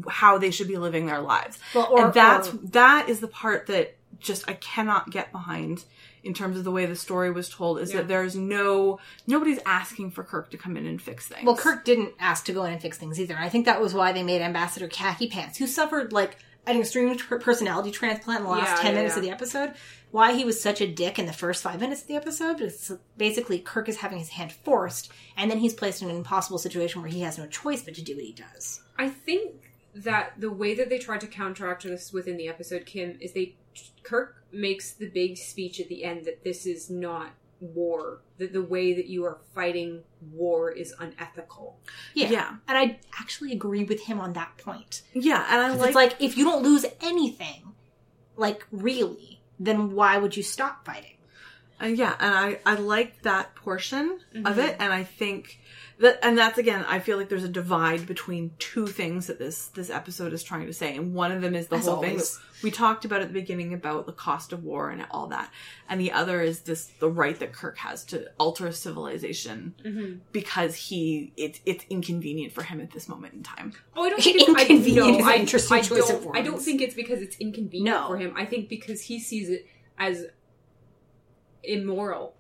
how they should be living their lives. Well, or- and that's or- that is the part that just I cannot get behind in terms of the way the story was told is Yeah. that there is no nobody's asking for Kirk to come in and fix things. Well, Kirk didn't ask to go in and fix things either. I think that was why they made Ambassador Khaki Pants, who suffered like an extreme tr- personality transplant in the last Yeah, 10 yeah, minutes yeah. of the episode. Why he was such a dick in the first five minutes of the episode is basically Kirk is having his hand forced, and then he's placed in an impossible situation where he has no choice but to do what he does. I think that the way that they tried to counteract this within the episode, Kim, is they Kirk makes the big speech at the end that this is not war. That the way that you are fighting war is unethical. Yeah. Yeah. And I actually agree with him on that point. yeah, and I 'Cause like it's like, if you don't lose anything, like really, then why would you stop fighting? Uh, yeah, and I I like that portion Mm-hmm. of it, and I think that and that's again I feel like there's a divide between two things that this this episode is trying to say, and one of them is the As whole thing always. that we talked about at the beginning about the cost of war and all that, and the other is this the right that Kirk has to alter civilization because he it's it's inconvenient for him at this moment in time. Oh, I don't think it's I- Inconvenient no, is an I, interesting I choice don't, of I don't words. think it's because it's inconvenient No. for him. I think because he sees it as immoral.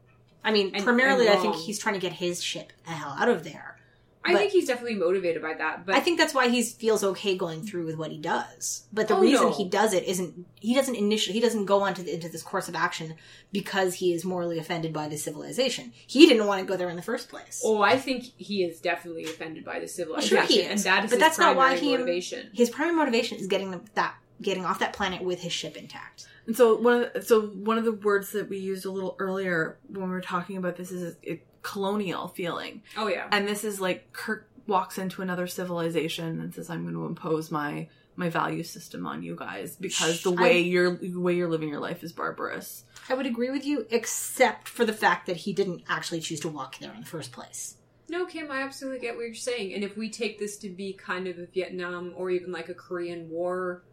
I mean, and- primarily, and I think wrong. he's trying to get his ship the hell out of there. I But- think he's definitely motivated by that, but I think that's why he feels okay going through with what he does. But the Oh, reason no. he does it isn't he doesn't initially he doesn't go on to the, into this course of action because he is morally offended by the civilization. He didn't want to go there in the first place. oh, I think he is definitely offended by the Well, civilization, sure he is, and that is but his that's not why primary he motivation. his primary motivation is getting the, that getting off that planet with his ship intact. And so one of the, so one of the words that we used a little earlier when we were talking about this is it, colonial feeling. oh yeah, and this is like Kirk walks into another civilization and says, "I'm going to impose my my value system on you guys because the Shh, way I'm- you're the way you're living your life is barbarous." I would agree with you, except for the fact that he didn't actually choose to walk there in the first place. No, Kim, I absolutely get what you're saying. And if we take this to be kind of a Vietnam or even like a Korean War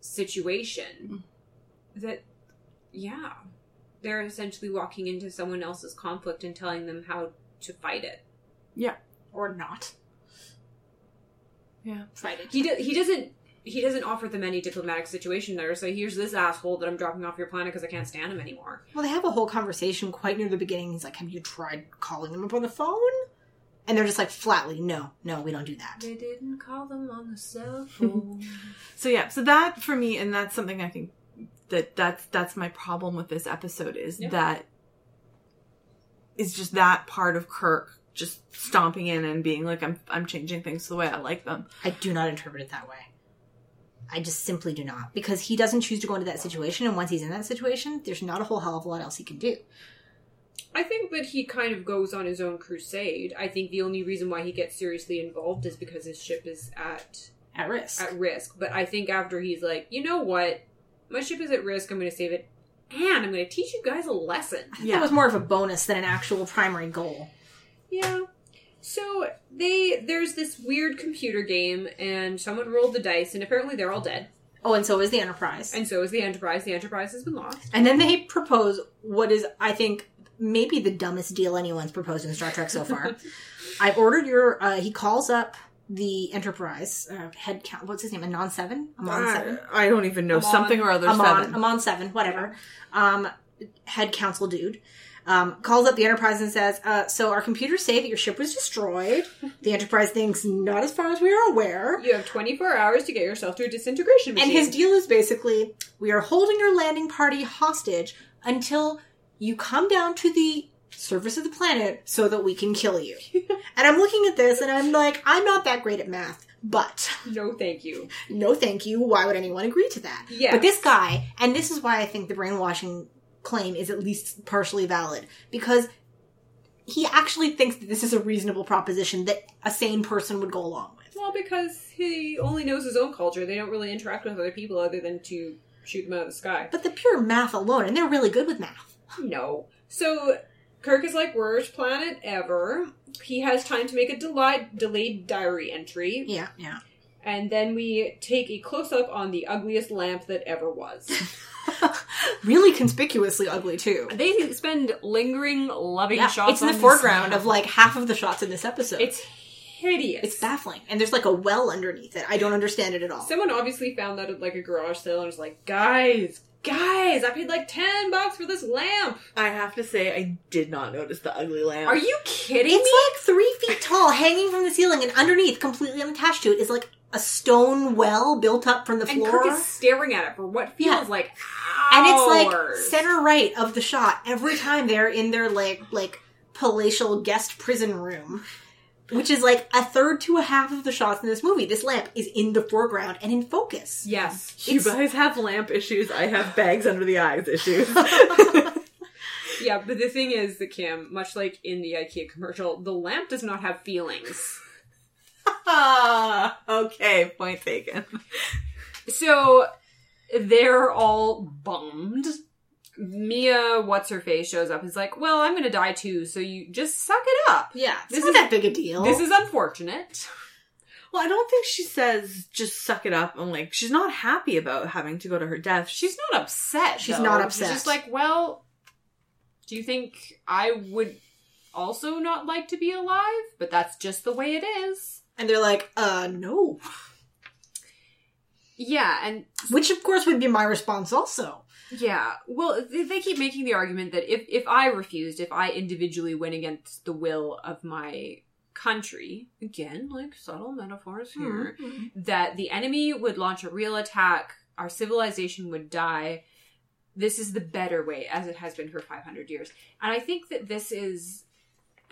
situation, that, yeah, they're essentially walking into someone else's conflict and telling them how to fight it. Yeah, Or not. yeah. Fight it. He do- he doesn't he doesn't offer them any diplomatic situation there. So here's this asshole that I'm dropping off your planet because I can't stand him anymore. Well, they have a whole conversation quite near the beginning. He's like, "Have you tried calling them up on the phone?" And they're just like flatly, "No, no, we don't do that." They didn't call them on the cell phone. So yeah, so that for me, and that's something I think that that's that's my problem with this episode is Yeah. that is just that part of Kirk just stomping in and being like, "I'm I'm changing things the way I like them." I do not interpret it that way. I just simply do not because he doesn't choose to go into that situation, and once he's in that situation, there's not a whole hell of a lot else he can do. I think that he kind of goes on his own crusade. I think the only reason why he gets seriously involved is because his ship is at At risk. at risk. But I think after he's like, you know what, my ship is at risk. I'm going to save it, and I'm going to teach you guys a lesson. That Yeah, was more of a bonus than an actual primary goal. Yeah. So they there's this weird computer game, and someone rolled the dice, and apparently they're all dead, Oh, and so is the Enterprise. and so is the Enterprise. The Enterprise has been lost. And then they propose what is, I think, maybe the dumbest deal anyone's proposed in Star Trek so far. I've ordered your. Uh, he calls up the Enterprise uh, head count. What's his name? Anon Seven. Amon Seven. I, I don't even know Amon- something or other. Amon, Ah, seven. Amon Seven. Whatever. Um, head council dude. Um, calls up the Enterprise and says, uh, "So our computers say that your ship was destroyed. The Enterprise thinks not as far as we are aware. You have 24 hours to get yourself to a disintegration machine. And his deal is basically we are holding your landing party hostage until you come down to the surface of the planet so that we can kill you. and I'm looking at this and I'm like, I'm not that great at math, but no, thank you. no thank you. Why would anyone agree to that? Yeah. But this guy, and this is why I think the brainwashing claim is at least partially valid, because he actually thinks that this is a reasonable proposition that a sane person would go along with. Well, because he only knows his own culture. They don't really interact with other people other than to shoot them out of the sky. But the pure math alone, and they're really good with math. No. So Kirk is like, worst planet ever. He has time to make a deli- delayed diary entry. Yeah, yeah. And then we take a close up on the ugliest lamp that ever was. really conspicuously ugly too. they spend lingering, loving Yeah, shots it's in the on this foreground lamp. of like half of the shots in this episode. It's hideous. it's baffling, and there's like a well underneath it. I don't understand it at all. Someone obviously found that at like a garage sale and was like, guys, guys, I paid like 10 bucks for this lamp. I have to say, I did not notice the ugly lamp. Are you kidding me? it's like three feet tall, hanging from the ceiling, and underneath, completely unattached to it, is like a stone well built up from the And floor. Kirk is staring at it for what feels Yeah. like and it's like hours. center right of the shot every time they're in their like like palatial guest prison room which is like a third to a half of the shots in this movie this lamp is in the foreground and in focus Yes. You guys have lamp issues. I have bags under the eyes issues. Yeah, but the thing is that Kim, much like in the IKEA commercial, the lamp does not have feelings. okay, point taken. So they're all bummed. Mia, what's her face, shows up and is like, Well, I'm gonna die too, so you just suck it up. Yeah, it's This not is- that big a deal. This is unfortunate. Well, I don't think she says just suck it up. I'm like, she's not happy about having to go to her death. She's She's not upset. She's though. not upset. She's just like, well, do you think I would also not like to be alive? But that's just the way it is. and they're like, uh, no. Yeah, and Which, of course, would be my response also. yeah. Well, they they keep making the argument that if if I refused, if I individually went against the will of my country, again, like subtle metaphors here, that the enemy would launch a real attack, our civilization would die. This is the better way, as it has been for 500 years. And I think that this is,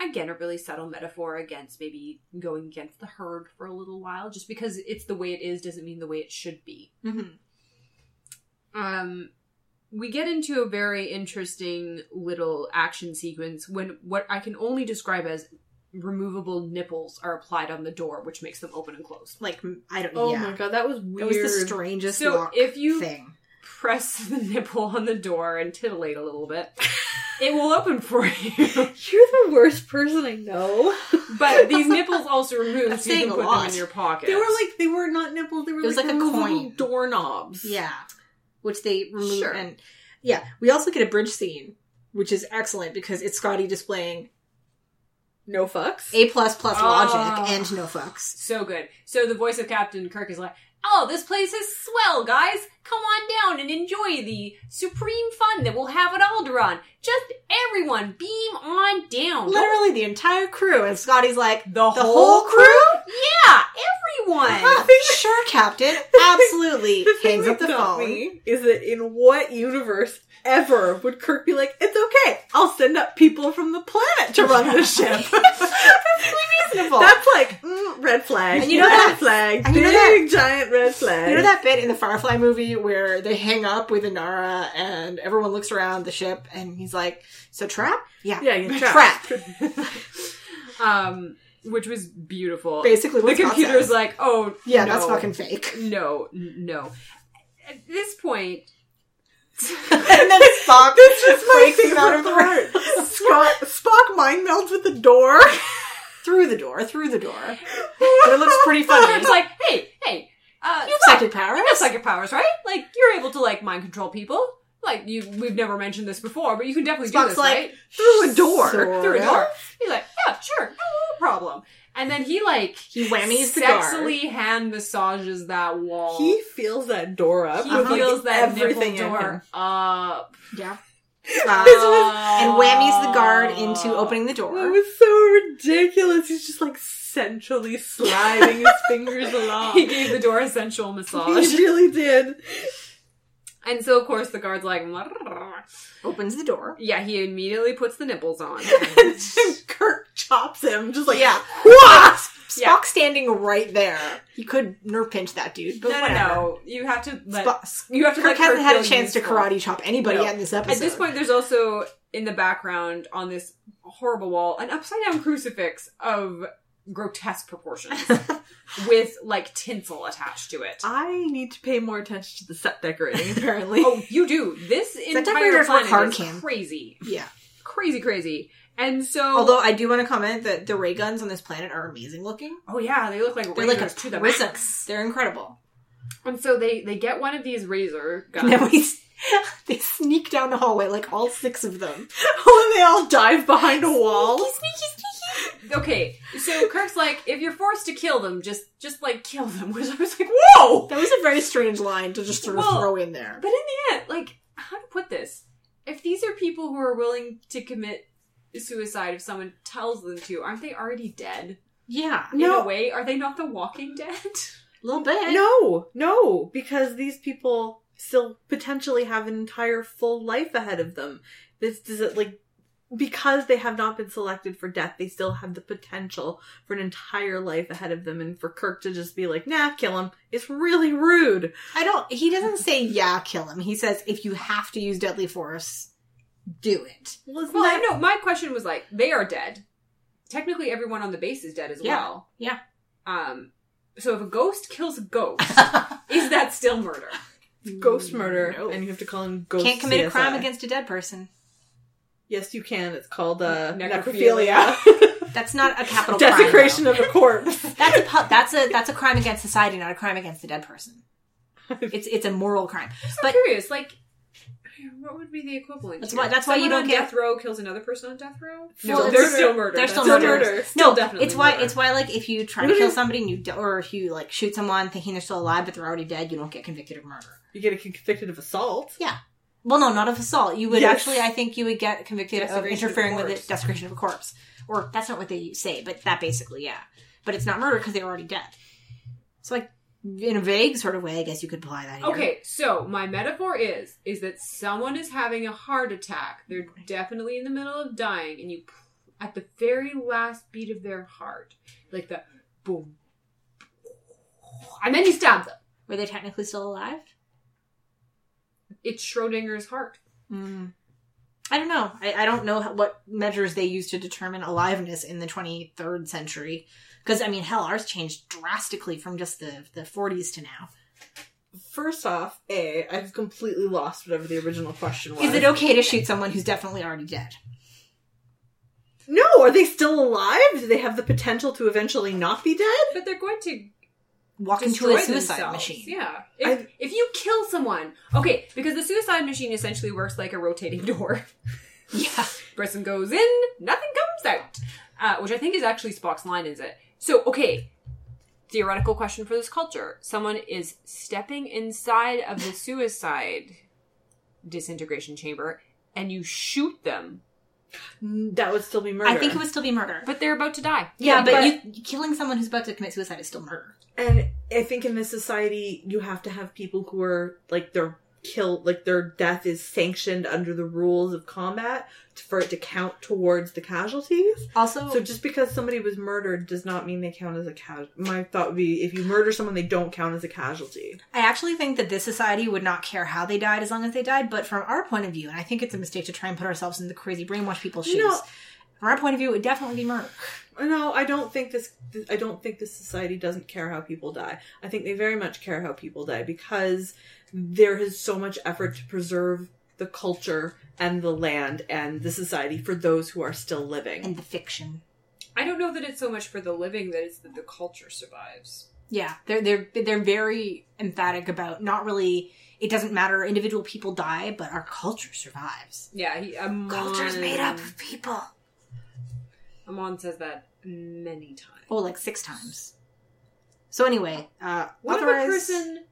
again, a really subtle metaphor against maybe going against the herd for a little while. Just because it's the way it is doesn't mean the way it should be. Mhm. Um, we get into a very interesting little action sequence when what I can only describe as removable nipples are applied on the door, which makes them open and close. Like, I don't know. oh yeah. my god, that was weird. It was the strangest So, lock if you- thing. press the nipple on the door and titillate a little bit, it will open for you. You're the worst person I know. But these nipples also removed, That's so you saying can a put them lot. in your pocket. They were like they were not nipples. They were It was like a removable coin. doorknobs. Yeah. Which they remove. Sure. And yeah, we also get a bridge scene, which is excellent because it's Scotty displaying no fucks. A plus plus Oh. logic and no fucks. so good. So the voice of Captain Kirk is like, "Oh, this place is swell, guys. Come on down and enjoy the supreme fun that we'll have at Alderaan. Just everyone, beam on down. Literally the entire crew. And Scotty's like, The the whole whole crew? Uh-huh. yeah, everyone." sure, Captain. Absolutely. The thing Hangs up that the got phone. me is that in what universe ever would Kirk be like, it's okay, I'll send up people from the planet to run this ship. Reasonable. That's like mm, red flag. And you know red that- flag. and big you know that- giant red flag. You know that bit in the Firefly movie where they hang up with Inara and everyone looks around the ship and he's like, "So trap? Yeah, Yeah, you're trap." trapped. um, which was beautiful. Basically, the what Scott computer's says. like, "Oh, yeah, no. that's fucking fake. no, n- no." At this point, and then Spock That's my breaks him favorite out of the room part. Scott, Spock mind melds with the door. through the door, through the door. But it looks pretty funny. it's like, "Hey, hey, uh, you Psychic powers. have psychic powers, right? Like you're able to like mind control people. Like you, we've never mentioned this before, but you can definitely do Spock's this, like, right? Through a door. Sort Through a of. door. He's like, yeah, sure. problem. And then he like He whammies the guard. sexily hand massages that wall. He feels that door up. He with, like, feels that everything nipple in him. door up. Yeah. Uh, and and whammies the guard into opening the That door. was so ridiculous. He's just like sensually sliding his fingers He along. gave the door a sensual massage. He really did. and so, of course, the guard's like, Opens the door. yeah, he immediately puts the nipples on. And Kirk chops him, just like Yeah. What? Spock Yeah. standing right there. He could nerve pinch that dude, but no, no, whatever. no. You have to let. Spock- you have to. let Kirk hasn't had a feel chance to useful. karate chop anybody No. yet in this episode. At this point, there's also in the background on this horrible wall an upside down crucifix of grotesque proportions with like tinsel attached to it. I need to pay more attention to the set decorating. Apparently, Oh, you do. This entire decorators work planet hard, is Kim. crazy, yeah. crazy, crazy. And so, Although I do want to comment that the ray guns on this planet are amazing looking. oh yeah, they look like They're razors like a to the prison. max. They're incredible. And so they they get one of these razor guns. And then we, s- they sneak down the hallway like all six of them. when they all dive behind a wall. okay, so Kirk's like, if you're forced to kill them, just just like kill them. Which I was like, whoa. That was a very strange line to just sort of Well, throw in there. But in the end, like, how to put this? If these are people who are willing to commit suicide if someone tells them to, aren't they already dead? Yeah, In No. a way, are they not the walking dead? a little bit. No, no, because these people still potentially have an entire full life ahead of them. This does it like because they have not been selected for death, they still have the potential for an entire life ahead of them. And for Kirk to just be like, "Nah, kill him," it's really rude. I don't. He doesn't say yeah, kill him. He says if you have to use deadly force, do it. Well, it's well, I not. know. My question was like, they are dead. Technically, everyone on the base is dead as Yeah, well. yeah. Um. So if a ghost kills a ghost, is that still murder? Ghost murder, No. and you have to call him ghost. Can't commit a crime CSI. against a dead person. Yes, you can. It's called uh, necrophilia, Necrophilia. That's not a capital crime, desecration of a corpse. though. That's a pu- that's a that's a crime against society, not a crime against a dead person. It's it's a moral crime. I'm But- curious. Like, what would be the equivalent? That's here? why- that's why you Someone don't on get- death row kills another person on death row. Well, No, it's- they're still murder. They're That's still still murder. murder. No, Still definitely it's why murder. it's why like if you try to What kill if- somebody and you do- or if you like shoot someone thinking they're still alive but they're already dead, you don't get convicted of murder. You get convicted of assault. Well, no, not of assault. You would Yes. actually, I think, you would get convicted of Desecration of interfering with corpse. the desecration of a corpse. Or that's not what they say, but that basically, yeah. But it's not murder because they were already dead. So, like in a vague sort of way, I guess you could apply that. Here. Okay, so my metaphor is is that someone is having a heart attack. They're definitely in the middle of dying, and you, at the very last beat of their heart, like the boom, and then you stab them. were they technically still alive? It's Schrodinger's heart. Mm. I don't know. I, I don't know how, what measures they use to determine aliveness in the 23rd century. Because I mean, hell, ours changed drastically from just the the 40s to now. First off, A, I've completely lost whatever the original question was. Is it okay to shoot someone who's definitely already dead? No, are they still alive? Do they have the potential to eventually not be dead? But they're going to Walk into destroy a suicide themselves. machine. Yeah, if, I- if you kill someone, okay, because the suicide machine essentially works like a rotating door. Yeah. person goes in, nothing comes out. Uh, which I think is actually Spock's line, is it? So, okay, theoretical question for this culture. Someone is stepping inside of the suicide disintegration chamber and you shoot them, That would still be murder. I think it would still be murder. but they're about to die. yeah, but, but- you, killing someone who's about to commit suicide is still murder. And I think in this society, you have to have people who are like their kill, like their death is sanctioned under the rules of combat for it to count towards the casualties. Also, So just because somebody was murdered does not mean they count as a casualty. My thought would be if you murder someone, they don't count as a casualty. I actually think that this society would not care how they died as long as they died. But from our point of view, and I think it's a mistake to try and put ourselves in the crazy brainwash people's shoes. No. From our point of view, it would definitely be murder. No, I don't think this. I don't think this society doesn't care how people die. I think they very much care how people die because there is so much effort to preserve the culture and the land and the society for those who are still living. And the fiction. I don't know that it's so much for the living that it's that the culture survives. Yeah, they're they're they're very emphatic about not really. It doesn't matter. Individual people die, but our culture survives. Yeah, he, um, a Culture's mon- made up of people. Amon says that many times. Oh, like six times. So anyway, uh, What otherwise, if a person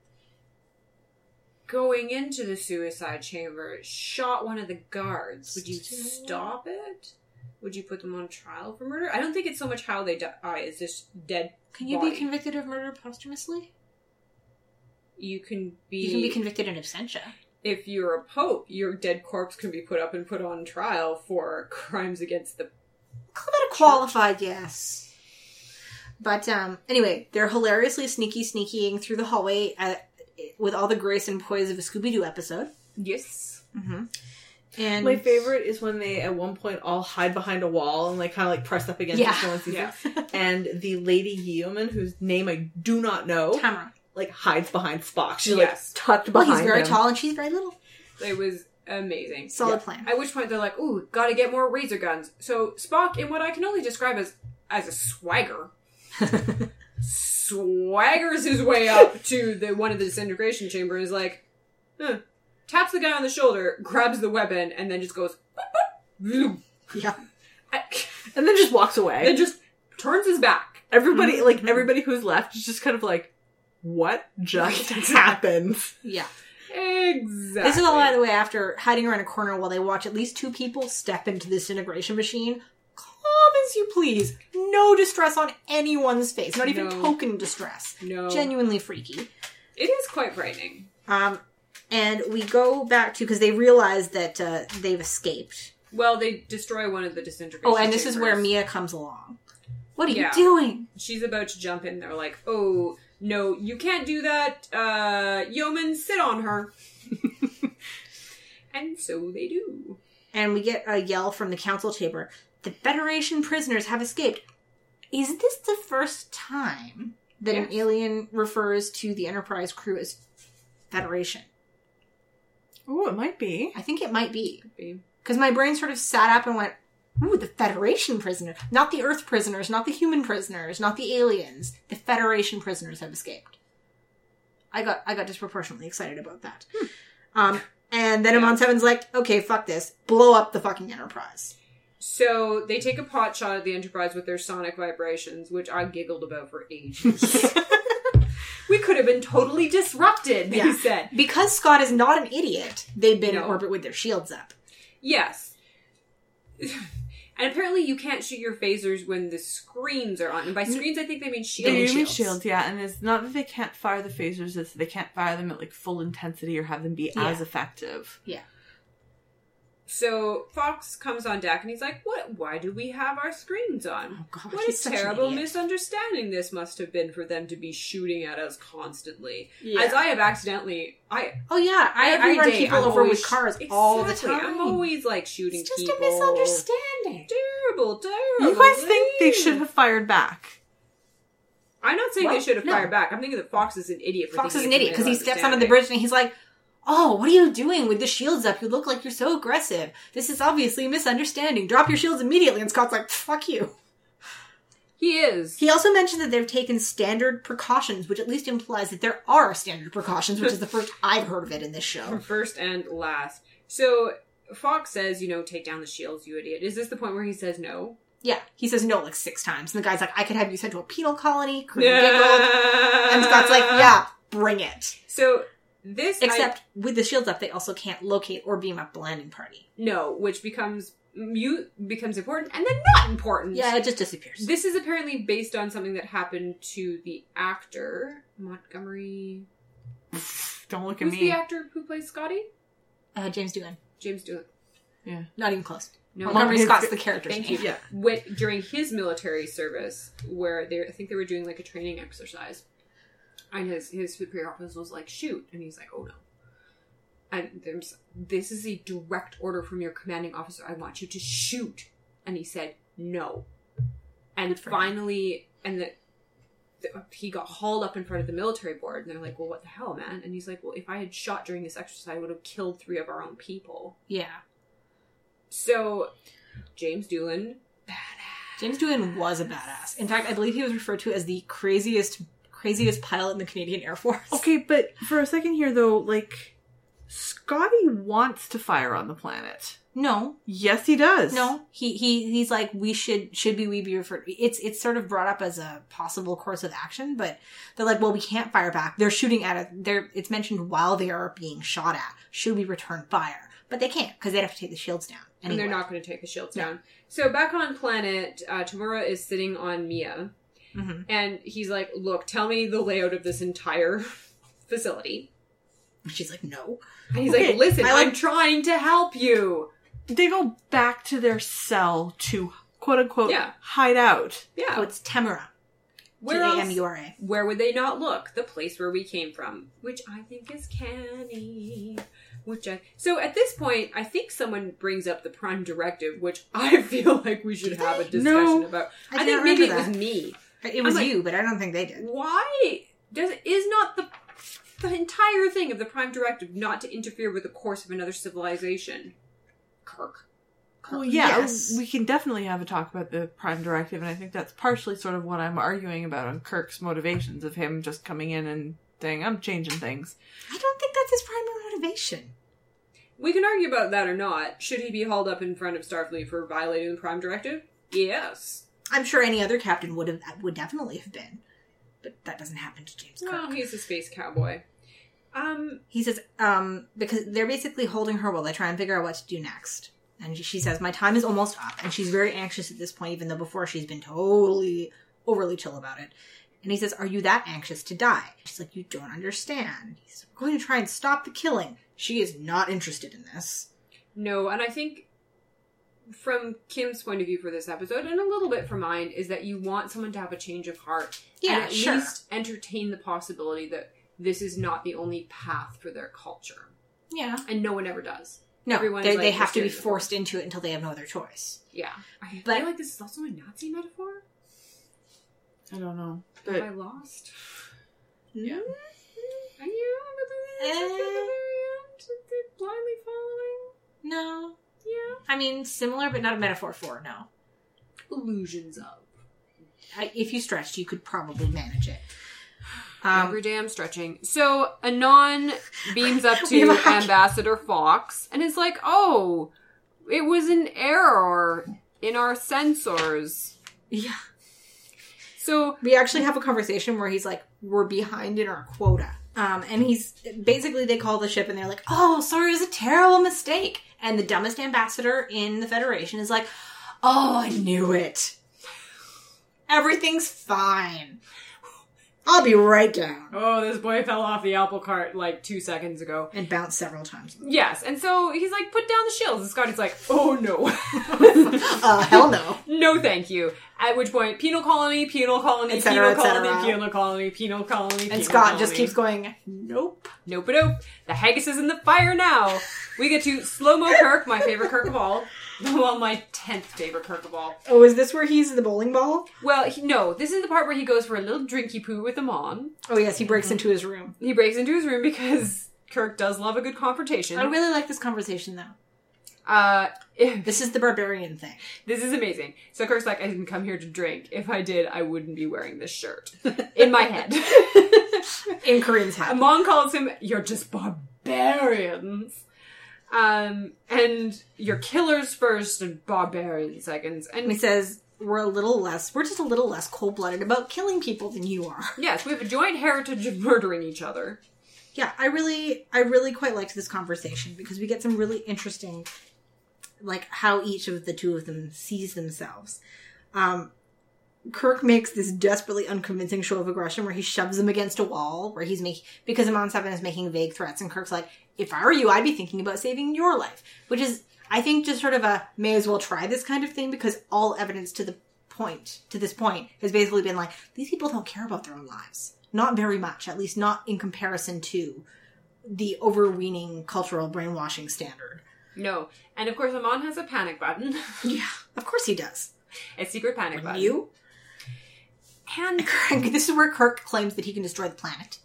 going into the suicide chamber shot one of the guards? Would you stop it? Would you put them on trial for murder? I don't think it's so much how they die; it's just dead. can you body. be convicted of murder posthumously? You can be. You can be convicted in absentia. if you're a pope, your dead corpse can be put up and put on trial for crimes against the. Call that a qualified yes. But um, anyway, they're hilariously sneaky sneaking through the hallway at, with all the grace and poise of a Scooby Doo episode. Yes. Mm-hmm. And My favorite is when they at one point all hide behind a wall and like kind of like press up against Yeah. someone sees Yeah. them. And the lady Yeoman, whose name I do not know, Tamara. like hides behind Spock. She's Yes. like tucked Well, behind. he's very him. tall and she's very little. It was amazing. Solid plan. At which point they're like, "Ooh, gotta get more razor guns." So Spock, in what I can only describe as as a swagger, swaggers his way up to the one of the disintegration chamber. And is like, huh, taps the guy on the shoulder, grabs the weapon, and then just goes, boop, boop, yeah. bloop. And then just walks away. and just turns his back. everybody, like everybody who's left, is just kind of like, what just happened? Yeah. Exactly. This is all, by the way, after hiding around a corner while they watch at least two people step into this integration machine. Calm as you please. No distress on anyone's face. Not even No. token distress. No, Genuinely freaky. it is quite frightening. Um, and we go back to because they realize that uh, they've escaped. Well, they destroy one of the disintegration. Oh, and this is where chambers. Mia comes along. What are Yeah. you doing? she's about to jump in. They're like, "Oh no, you can't do that, uh, yeoman! Sit on her." and so they do. And we get a yell from the council chamber. The Federation prisoners have escaped. Is this the first time that an Yes. alien refers to the Enterprise crew as Federation? Oh, it might be. I think it might be. be. Because my brain sort of sat up and went, ooh, the Federation prisoner. Not the Earth prisoners, not the human prisoners, not the aliens. The Federation prisoners have escaped. I got I got disproportionately excited about that. Um, and then Hmm. Yeah. Amon Seven's like, okay, fuck this. Blow up the fucking Enterprise. So they take a pot shot at the Enterprise with their sonic vibrations, which I giggled about for ages. we could have been totally disrupted, they Yeah. said. Because Scott is not an idiot, they've been No. in orbit with their shields up. Yes. And apparently, you can't shoot your phasers when the screens are on. And by screens, I think they mean They shields. do mean shields. shields, yeah, and it's not that they can't fire the phasers; it's that they can't fire them at like full intensity or have them be Yeah. as effective. So Fox comes on deck and he's like, "What? Why do we have our screens on? Oh, God, what he's a such an terrible idiot." misunderstanding this must have been for them to be shooting at us constantly." Yeah. As I have accidentally, I Oh yeah, I, every I run day, people I'm over always- with cars all the Exactly, time. I'm always like shooting it's just people. a misunderstanding. Terrible, terrible. You guys think they thing. should have fired back? I'm not saying they What? should have No. fired back. I'm thinking that Fox is an idiot. For Fox is an thinking idiot it's a because he steps onto the bridge and he's like, "Oh, what are you doing with the shields up? You look like you're so aggressive. This is obviously a misunderstanding. Drop your shields immediately." And Scott's like, "Fuck you." misunderstanding. He is. He also mentioned that they've taken standard precautions, which at least implies that there are standard precautions, which is the first I've heard of it in this show. First and last. So Fox says, "You know, take down the shields, you idiot." Is this the point where he says no? Yeah, he says no like six times, and the guy's like, "I could have you sent to a penal colony." Could giggle. And And Scott's like, "Yeah, bring it." So this I- Except with the shields up, they also can't locate or beam up the landing party. no, which becomes you becomes important and then not important. Yeah, it just disappears. This is apparently based on something that happened to the actor Montgomery. Don't look at Who's me. the actor who plays Scotty? Uh, James Doohan, James Doohan. not even close. No, Montgomery Montgomery Scott's Scott- the character. Thank you. Yeah. Went during his military service, where they I think they were doing like a training exercise, and his his superior officer was like, "Shoot," and he's like, "Oh no." And there's this is a direct order from your commanding officer. I want you to shoot, and he said no, and for him. finally, and the. the- He got hauled up in front of the military board, and they're like, "Well, what the hell, man?" And he's like, "Well, if I had shot during this exercise, I would have killed three of our own people." Yeah, So, James Doolan James Doohan was a badass. In fact, I believe he was referred to as the craziest, craziest pilot in the Canadian Air Force. Okay, but for a second here though, like Scotty wants to fire on the planet. No, Yes, he does. no. He he he's like we should should be we be referred. It's it's sort of brought up as a possible course of action, but they're like, well, we can't fire back. They're shooting at a. They're it's mentioned while they are being shot at. Should we return fire? But they can't because they'd have to take the shields down. and they're anyway. not going to take the shields down. So back on planet, uh, Tamura is sitting on Mia, Mhm. and he's like, "Look, tell me the layout of this entire facility." And She's like, no. And he's Okay, like, "Listen, I like- I'm trying to help you." They go back to their cell to quote unquote Yeah. hide out. Yeah, Oh, it's Temura. T where a m else? u r a. Where would they not look? The place where we came from, which I think is canny. Which I so at this point, I think someone brings up the prime directive, which I feel like we should have a discussion No. about. I I, do think not maybe remember it was me. It was I'm like- you, but I don't think they did. Why does is not the the entire thing of the prime directive not to interfere with the course of another civilization? Kirk. Well, yeah, Yes. we can definitely have a talk about the Prime Directive, and I think that's partially sort of what I'm arguing about on Kirk's motivations of him just coming in and saying, I'm changing things. I don't think that's his primary motivation. We can argue about that or not. Should he be hauled up in front of Starfleet for violating the prime directive? Yes. I'm sure any other captain would have would definitely have been, but that doesn't happen to James Kirk. Well, he's a space cowboy. Um, He says, um, because they're basically holding her while they try and figure out what to do next. And she says, my time is almost up. And she's very anxious at this point, even though before she's been totally overly chill about it. And he says, are you that anxious to die? She's like, you don't understand. He says, we're going to try and stop the killing. She is not interested in this. no, and I think from Kim's point of view for this episode, and a little bit from mine, is that you want someone to have a change of heart and at least entertain the possibility that this is not the only path for their culture, Yeah. and no one ever does. No, Everyone's, they- like, they have to be interested in- forced into it until they have no other choice. Yeah, I But- feel like this is also a Nazi metaphor. I don't know. Am I But lost? Mm-hmm. yeah. Are you at the end? blindly following? No. Yeah, I mean, similar, but not a metaphor for, no. illusions of. I, if you stretched, you could probably manage it. Um, Every day I'm stretching. So Anon beams up We to have a hack. Ambassador Fox and is like, "Oh, it was an error in our sensors." yeah. So We actually have a conversation where he's like, we're behind in our quota. Um, and he's basically, they call the ship and they're like, oh, sorry, it was a terrible mistake. And the dumbest ambassador in the Federation is like, oh, I knew it. Everything's fine. I'll be right down. oh, this boy fell off the apple cart like two seconds ago. And bounced several times. Yes, and so he's like, "Put down the shields." And Scotty's like, "Oh no, Uh, hell no. no, thank you." At which point, penal colony, penal colony, Et cetera, penal et colony, cetera. penal colony, penal colony, penal And Scott just colony. keeps going, nope. Nope, nope. The haggis is in the fire now. We get to slow mo Kirk, my favorite Kirk of all. Well, my tenth favorite Kirk of all. Oh, is this where he's in the bowling ball? Well, he, no, this is the part where he goes for a little drinky poo with the mom. Oh, yes, he breaks into his room. He breaks into his room because Kirk does love a good confrontation. I really like this conversation though. Uh, if- This is the barbarian thing. this is amazing. So Kirk's like, I didn't come here to drink. If I did, I wouldn't be wearing this shirt. In my head. In Korean's hat. Amon calls him, "You're just barbarians," um, and "You're killers first and barbarians seconds. And he And says, We're a little less we're just a little less cold blooded about killing people than you are. yes, we have a joint heritage of murdering each other. Yeah, I really I really quite liked this conversation because we get some really interesting like how each of the two of them sees themselves. Um Kirk makes this desperately unconvincing show of aggression where he shoves him against a wall, where he's making because Amon Seven is making vague threats, and Kirk's like, "If I were you, I'd be thinking about saving your life," which is, I think, just sort of a may as well try this kind of thing because all evidence to the point to this point has basically been like these people don't care about their own lives, not very much, at least not in comparison to the overweening cultural brainwashing standard. No, and of course Amon has a panic button, Yeah, of course he does. a secret panic button. You, and Kirk, this is where Kirk claims that he can destroy the planet.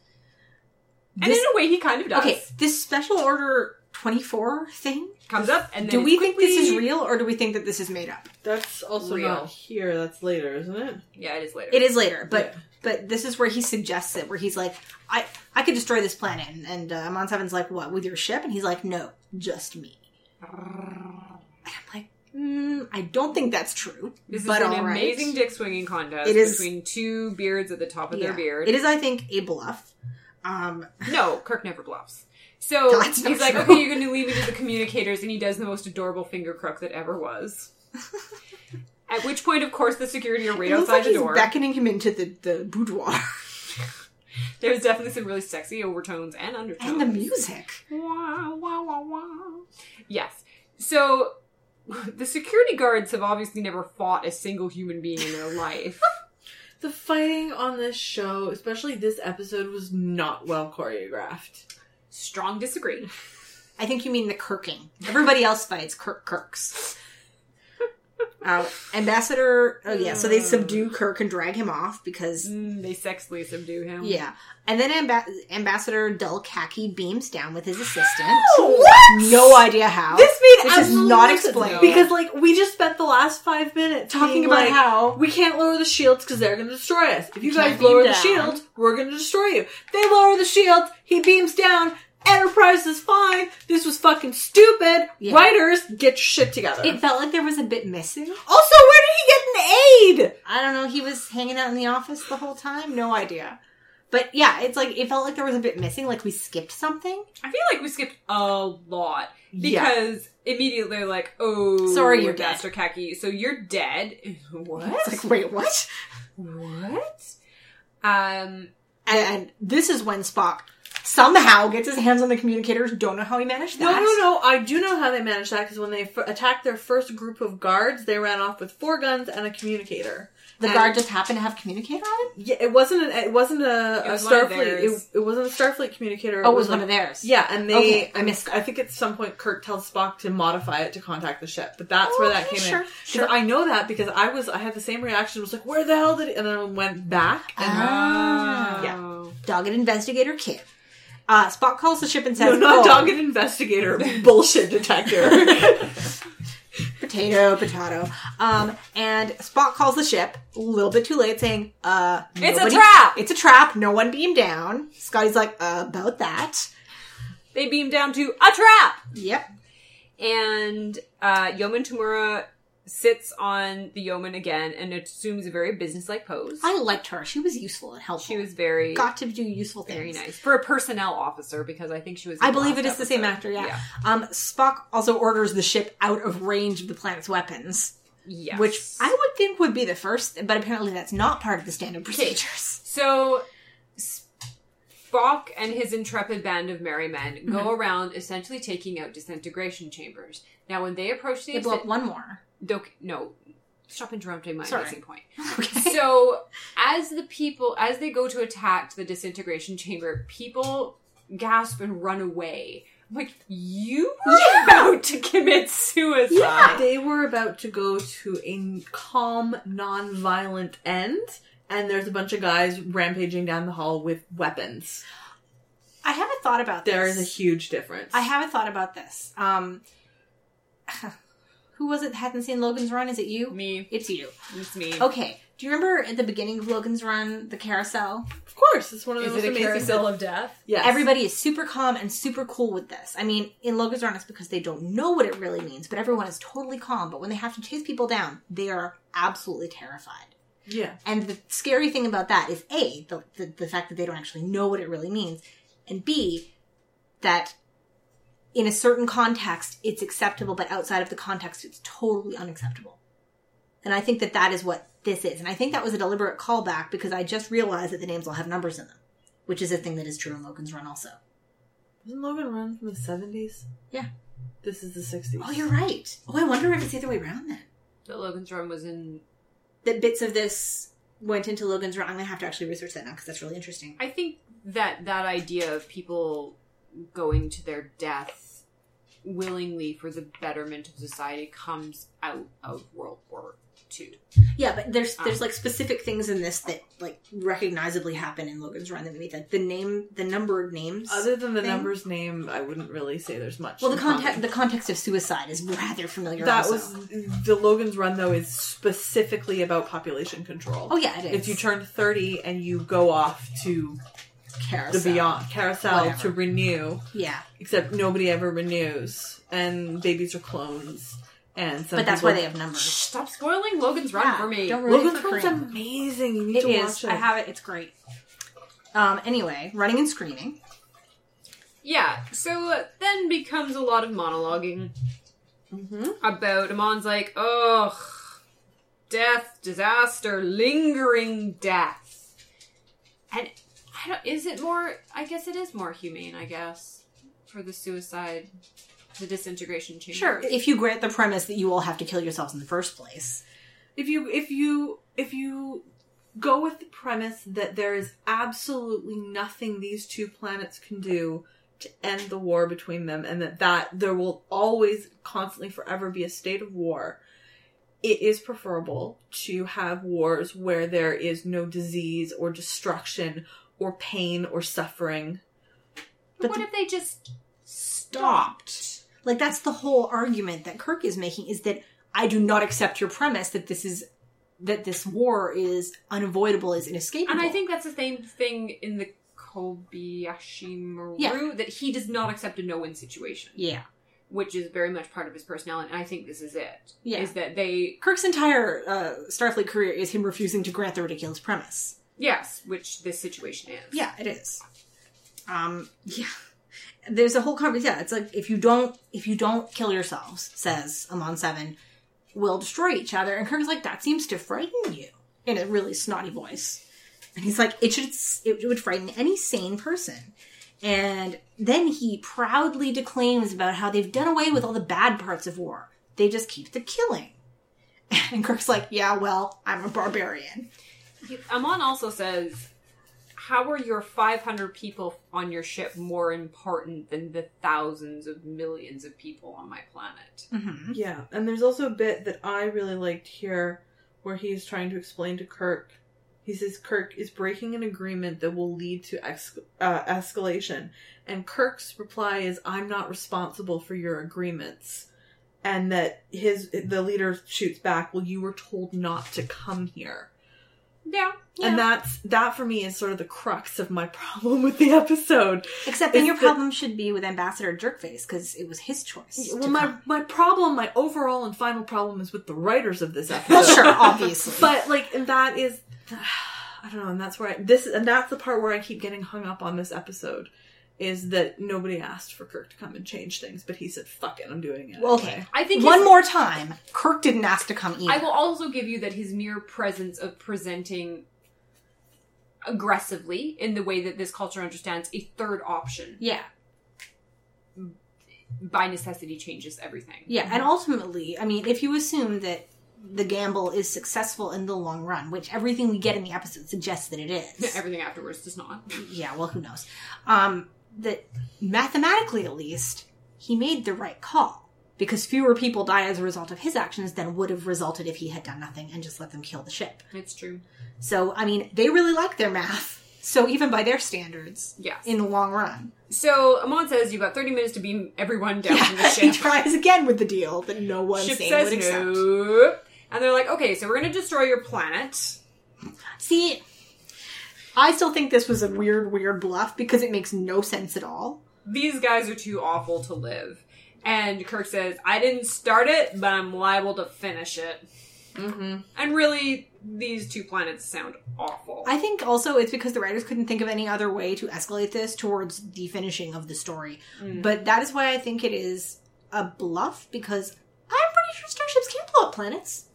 and in a way he kind of does. Okay, this special order 24 thing? comes up, and then Do it's we think this is quickly- real or do we think that this is made up? That's also Real. not here. That's later, isn't it? Yeah, it is later. It is later, but Yeah. but this is where he suggests it, where he's like, I I could destroy this planet, and, and uh, Amon Seven's like, what with your ship? And he's like, no, just me. And I'm like, mm, I don't think that's true. This but is an all right. amazing dick swinging contest It is- between two beards at the top of Yeah. their beard. It is, I think, a bluff. Um, No, Kirk never bluffs. So That's he's not like, true. okay, you're going to leave me to the communicators, and he does the most adorable finger crook that ever was. At which point, of course, the security are right it looks outside like the he's door. beckoning him into the, the boudoir There's definitely some really sexy overtones and undertones. and the music. Wah, wah, wah, wah. Yes. So the security guards have obviously never fought a single human being in their life. The fighting on this show, especially this episode, was not well choreographed. Strong disagree. I think you mean the Kirking. Everybody else fights Kirk Kirks. Uh, Ambassador. Oh yeah, so they Mm. subdue Kirk and drag him off because Mm, they sexually subdue him. yeah, and then Amba- Ambassador Del Khaki beams down with his assistant. What? No idea how. This made This is absolutely not no explained. sense. because like we just spent the last five minutes talking being about like, how. we can't lower the shields because they're going to destroy us. If you Can't guys beam lower the down. shield, we're going to destroy you. They lower the shield. He beams down. Enterprise is fine. This was fucking stupid. Yeah. Writers, get your shit together. It felt like there was a bit missing. also, where did he get an aid? I don't know. He was hanging out in the office the whole time. No idea. But yeah, it's like it felt like there was a bit missing. Like we skipped something. I feel like we skipped a lot Yeah. because immediately they're like, "Oh, Sorry, you're Master Khaki. So you're dead." What? It's like wait, what? what? Um, And, and this is when Spock somehow gets his hands on the communicators. Don't know how he managed No, that. no, no. I do know how they managed that because when they f- attacked their first group of guards, they ran off with four guns and a communicator. The And- guard just happened to have communicator on it. Yeah, it wasn't an, it wasn't a, It was a one of Starfleet. It, theirs. it wasn't a Starfleet communicator. Oh, it was like- one of theirs. Yeah, and they. Okay, I I missed missed. I think at some point Kirk tells Spock to modify it to contact the ship, but that's where that Okay, came sure, in. 'Cause sure. I know that because I was. I had the same reaction. Was like, where the hell did? It? And then I went back. And Ah. Dogged investigator kid. Uh, Spock calls the ship and no, says, not "Oh, dogged investigator. bullshit detector. potato, potato." Um, and Spock calls the ship a little bit too late, saying, "Uh, It's a nobody- trap!" It's a trap. No one beam down." Scotty's like, uh, "About that." they beam down to a trap, Yep. and uh, Yeoman Tamura sits on the Yeoman again and assumes a very businesslike pose. I liked her. She was useful and helpful. she was very got to do useful things. very nice for a personnel officer because I think she was. in I believe last it is the same episode. actor, yeah. yeah. Um, Spock also orders the ship out of range of the planet's weapons, Yes. which I would think would be the first, but apparently that's not part of the standard procedures. So Spock and his intrepid band of merry men go Mm-hmm. around essentially taking out disintegration chambers. Now, when they approach the They blow up one more. Doc- no, stop interrupting my Sorry. amazing point. Okay. so, as the people, as they go to attack the disintegration chamber, people gasp and run away. I'm like, you were about to commit suicide. they were about to go to a calm, non-violent end, and there's a bunch of guys rampaging down the hall with weapons. I haven't thought about this. There is a huge difference. I haven't thought about this. Um, who was it that hadn't seen Logan's Run? Is it you? Me, It's you. it's me. Okay. Do you remember at the beginning of Logan's Run, the carousel? Of course, it's one of the Is most it a amazing. carousel of death? Yes. Everybody is super calm and super cool with this. I mean, in Logan's Run, it's because they don't know what it really means, but everyone is totally calm. But when they have to chase people down, they are absolutely terrified. Yeah. And the scary thing about that is A, the, the, the fact that they don't actually know what it really means, and B, that in a certain context, it's acceptable, but outside of the context, it's totally unacceptable. And I think that that is what this is. And I think that was a deliberate callback because I just realized that the names all have numbers in them, which is a thing that is true in Logan's Run also. Wasn't Logan Run from the seventies? Yeah. This is the sixties. Oh, you're right. Oh, I wonder if it's the other way around then. That Logan's Run was in. That bits of this went into Logan's Run. I'm going to have to actually research that now because that's really interesting. I think that that idea of people going to their death willingly for the betterment of society comes out of World War II. Yeah, but there's Ah. Um, there's like specific things in this that like recognizably happen in Logan's Run that make like the name the number of names. Other than the Thing? number's name, I wouldn't really say there's much. well, the in context common. the context of suicide is rather familiar. that also. was the Logan's Run though is specifically about population control. oh yeah, it is. If you turn 30 and you go off to the Carousel. beyond carousel Whatever. to renew, yeah, except nobody ever renews, and babies are clones, and some but that's people- why they have Shh, numbers. Stop spoiling Logan's Run Yeah, for me. don't ruin it Logan's for Run's Corinne. amazing. You need It to is. watch it. I have it. It's great. Um. Anyway, running and screaming. Yeah, so uh, then becomes a lot of monologuing Mhm. about Amon's like, ugh, death, disaster, lingering death. And I don't, is it more, I guess it is more humane, I guess, for the suicide, the disintegration chamber. If you grant the premise that you all have to kill yourselves in the first place. if you if you if you go with the premise that there is absolutely nothing these two planets can do to end the war between them and that that there will always constantly forever be a state of war it is preferable to have wars where there is no disease or destruction or pain or suffering But But what the- if they just stopped? Like that's the whole argument that Kirk is making is that I do not accept your premise that this is that this war is unavoidable, is inescapable. And I think that's the same thing in the Kobayashi Maru Yeah. that he does not accept a no-win situation. yeah, which is very much part of his personality. And I think this is it. Yeah. Is that they, Kirk's entire uh, Starfleet career is him refusing to grant the ridiculous premise. yes, which this situation is. Yeah, it is. Um, yeah. There's a whole conversation. Yeah, it's like if you don't if you don't kill yourselves, says Amon Seven, we'll destroy each other. And Kirk's like, that seems to frighten you in a really snotty voice. And he's like, it should it would frighten any sane person. And then he proudly declaims about how they've done away with all the bad parts of war. They just keep the killing. And Kirk's like, yeah, well, I'm a barbarian. Amon also says, How are your 500 people on your ship more important than the thousands of millions of people on my planet? Mm-hmm. Yeah, and there's also a bit that I really liked here where he's trying to explain to Kirk. He says Kirk is breaking an agreement that will lead to ex- uh, escalation. And Kirk's reply is, I'm not responsible for your agreements. And that his the leader shoots back, Well, you were told not to come here. Yeah. And that's that for me is sort of the crux of my problem with the episode. Except then It's your the- problem should be with Ambassador Jerkface because it was his choice. Well, to my, come. my problem, my overall and final problem is with the writers of this episode. well, sure, obviously, but like and that is i don't know and that's where I, this and that's the part where i keep getting hung up on this episode is that nobody asked for kirk to come and change things but he said fuck it i'm doing it Well, anyway." okay. I think One his- more time, Kirk didn't ask to come either. I will also give you that his mere presence of presenting aggressively in the way that this culture understands a third option yeah, by necessity changes everything. yeah, and ultimately, I mean, if you assume that the gamble is successful in the long run, which everything we get in the episode suggests that it is, Everything afterwards does not. yeah, well, who knows? Um, that mathematically, at least, he made the right call because fewer people die as a result of his actions than would have resulted if he had done nothing and just let them kill the ship. It's true. So, I mean, they really like their math. So, even by their standards, Yes. in the long run, So Amon says you've got 30 minutes to beam everyone down from the he ship. tries again with the deal that no one ship sane says would accept. no. And they're like, okay, so we're going to destroy your planet. See, I still think this was a weird, weird bluff because it makes no sense at all. These guys are too awful to live. And Kirk says, I didn't start it, but I'm liable to finish it. Mm-hmm. And really, these two planets sound awful. I think also it's because the writers couldn't think of any other way to escalate this towards the finishing of the story. Mm. But that is why I think it is a bluff because I'm pretty sure starships can blow up planets.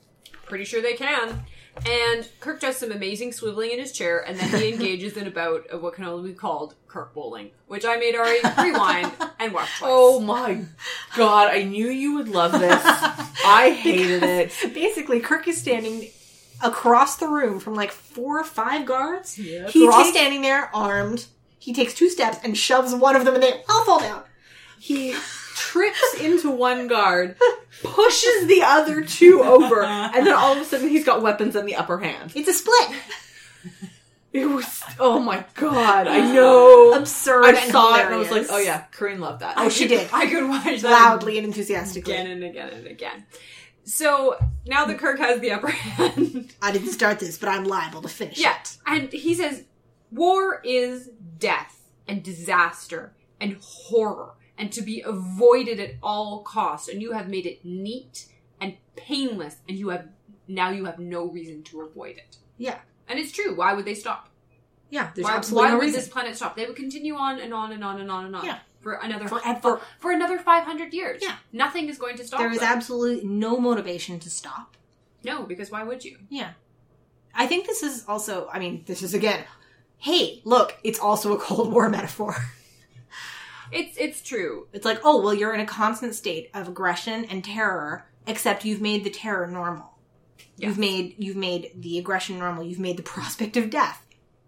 Pretty sure they can. And Kirk does some amazing swiveling in his chair, and then he engages in a bout of what can only be called Kirk bowling, which I made Ari rewind and watch twice. oh my god i knew you would love this i hated it Basically, Kirk is standing across the room from like four or five guards. Yep. He's They're all standing there, armed. He takes two steps and shoves one of them, and they all fall down. he trips into one guard, pushes the other two over, and then all of a sudden he's got weapons in the upper hand. It's a split. It was oh my god! I know. Absurd. I and saw it and I was like, hilarious. oh yeah, Corinne loved that. Oh, she did. I could watch that Loudly and enthusiastically. again and again and again. So now that Kirk has the upper hand, I didn't start this, but I'm liable to finish yeah, it. and he says, "War is death and disaster and horror and to be avoided at all costs. And you have made it neat and painless, and you have now you have no reason to avoid it. Yeah. And it's true. Why would they stop? Yeah. There's why absolutely why no would reason. this planet stop? They would continue on and on and on and on and on Yeah. for another Forever. for, for another five hundred years. Yeah. nothing is going to stop. There is them. absolutely no motivation to stop. no because why would you? Yeah. I think this is also, I mean, this is again, hey, look, it's also a Cold War metaphor. It's it's true. It's like, oh, well, you're in a constant state of aggression and terror, except you've made the terror normal. You've Yes. made you've made the aggression normal. You've made the prospect of death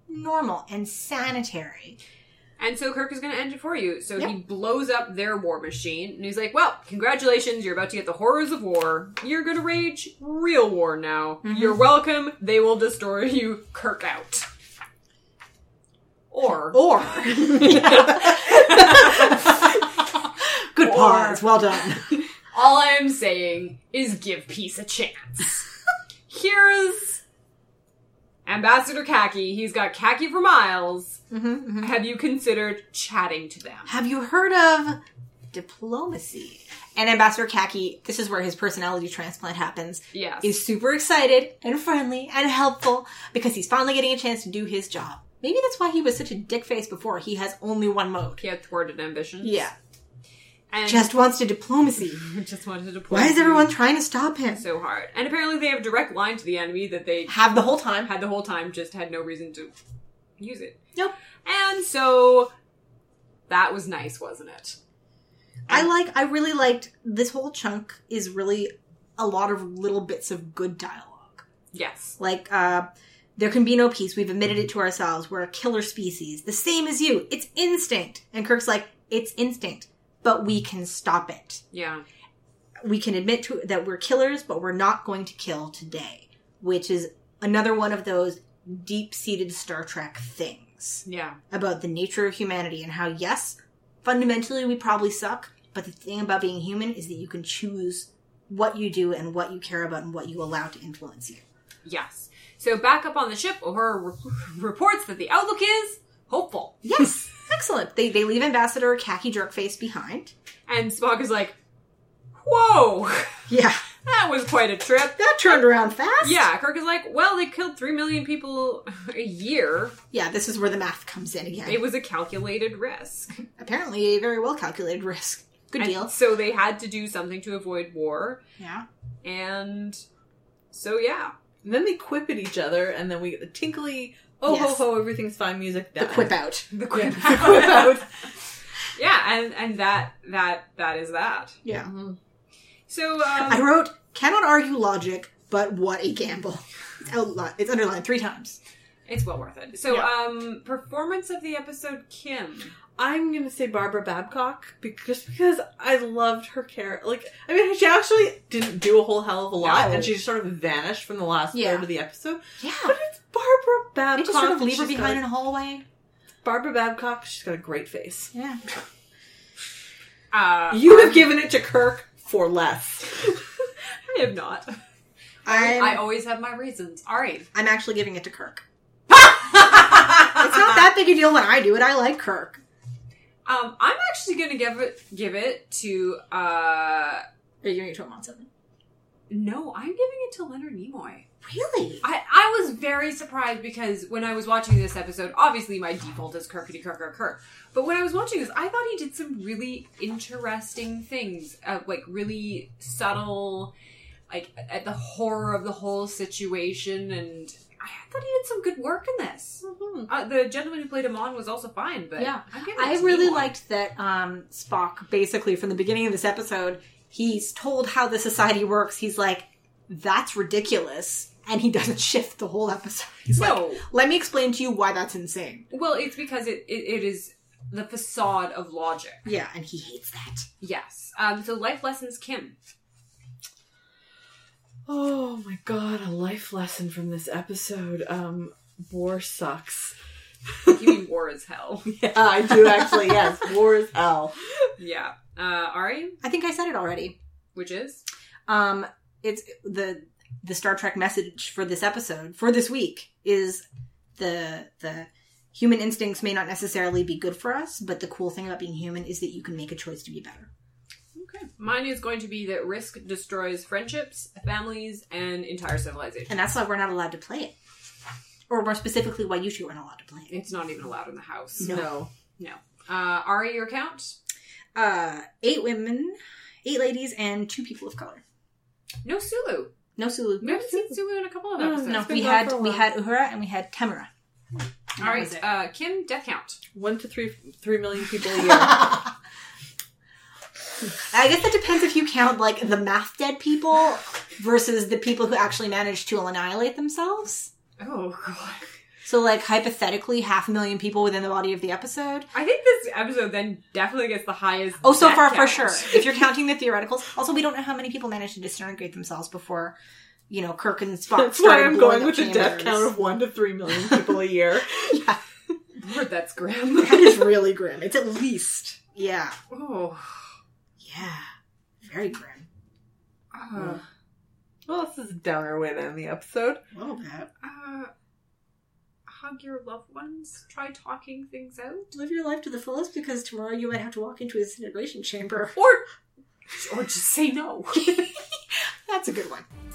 normal and sanitary. And so Kirk is going to end it for you. So he Yep. blows up their war machine and he's like, "Well, congratulations, you're about to get the horrors of war. You're going to rage real war now. Mm-hmm. You're welcome. They will destroy you, Kirk out." Or Or good pause. Well done. all I am saying is give peace a chance. Here's Ambassador Khaki. He's got khaki for miles. Mm-hmm, Have you considered chatting to them? Have you heard of diplomacy? And Ambassador Khaki, this is where his personality transplant happens. Yes. Is super excited and friendly and helpful because he's finally getting a chance to do his job. Maybe that's why he was such a dick face before. He has only one mode. He had thwarted ambitions. Yeah. And Just wants to diplomacy. just wanted to deploy. Why is you everyone trying to stop him? so hard? And apparently they have a direct line to the enemy that they Have the whole time. had the whole time, just had no reason to use it. Nope. And so that was nice, wasn't it? I like, I really liked this whole chunk is really a lot of little bits of good dialogue. Yes. like uh there can be no peace we've admitted it to ourselves we're a killer species the same as you it's instinct and kirk's like it's instinct but we can stop it Yeah. we can admit to that we're killers but we're not going to kill today which is another one of those deep-seated star trek things Yeah. about the nature of humanity and how yes fundamentally we probably suck but the thing about being human is that you can choose what you do and what you care about and what you allow to influence you Yes. So back up on the ship, O'Hara re- reports that the outlook is hopeful. Yes, excellent. They they leave Ambassador Khaki Jerkface behind. And Spock is like, whoa, Yeah, that was quite a trip. that turned around fast. Yeah, Kirk is like, well, they killed three million people a year. yeah. This is where the math comes in again. It was a calculated risk. Apparently, a very well calculated risk. Good And deal. So they had to do something to avoid war. Yeah. And so, yeah. And then they quip at each other, and then we get the tinkly, oh ho Yes. ho, everything's fine music. The that quip out. The Yeah, quip the quip out. yeah, and, and that that that is that. Yeah. So um, I wrote cannot argue logic, but what a gamble. It's outlined. It's underlined three times. it's well worth it. So Yeah. um performance of the episode Kim. I'm gonna say Barbara Babcock because because I loved her character. Like, I mean, she actually didn't do a whole hell of a lot, No. and she just sort of vanished from the last Yeah. third of the episode. Yeah. But it's Barbara They Babcock. just sort of and leave her she's behind in got a hallway. a- Barbara Babcock. She's got a great face. Yeah. Uh, You have given it to Kirk for less. I have not. I'm, I always have my reasons. All right. I'm actually giving it to Kirk. It's not that big a deal when I do it. I like Kirk. Um, I'm actually gonna give it give it to uh Are you giving it to him on something? no, I'm giving it to Leonard Nimoy. Really? I, I was very surprised because when I was watching this episode, obviously my default is Kirkity Kirk Kirk Kirk. But when I was watching this, I thought he did some really interesting things, uh, like really subtle, like at the horror of the whole situation, and I thought he did some good work in this. Uh, the gentleman who played Amon was also fine, but Mm-hmm. Yeah. I'm giving it I to really Nimoy. liked that um, Spock basically from the beginning of this episode, he's told how the society works. He's like, "That's ridiculous," and he doesn't shift the whole episode. He's No. like, "Let me explain to you why that's insane." Well, it's because it, it, it is the facade of logic. Yeah, and he hates that. Yes. Um, so life lessons, Kim. Oh my god, a life lesson from this episode. Um, war sucks. You mean war is hell? Yeah, Uh, I do actually. Yes, war is hell. Yeah. Uh, Ari, I think I said it already. which is Um, it's the the Star Trek message for this episode for this week is the the human instincts may not necessarily be good for us, but the cool thing about being human is that you can make a choice to be better. okay. Mine is going to be that risk destroys friendships, families, and entire civilization. And that's why we're not allowed to play it, or more specifically, why you two aren't allowed to play it. It's not even allowed in the house. No. No. Uh, Ari, your count? Uh, eight women, eight ladies, and two people of color. No Sulu. No Sulu. We haven't seen Sulu in a couple of No, episodes. No, been we gone had for a we while. had Uhura and we had Temura. And All that right, was it. uh, Kim, death count. One to three, three million people a year. I guess that depends if you count like the math dead people versus the people who actually managed to annihilate themselves. Oh god. So, like hypothetically, half a million people within the body of the episode. I think this episode then definitely gets the highest. Oh, so death far for count. sure. If you're counting the theoreticals, also we don't know how many people managed to disintegrate themselves before, you know, Kirk and Spock. That's why started I'm blowing going up with a death chambers. count of one to three million people a year. Yeah, Lord, that's grim. that is really grim. It's at least yeah, oh. yeah, very grim. Uh, well, this is a downer way to end the episode. A little bit. uh, hug your loved ones. Try talking things out. Live your life to the fullest because tomorrow you might have to walk into a disintegration chamber. Or, or just say no. That's a good one.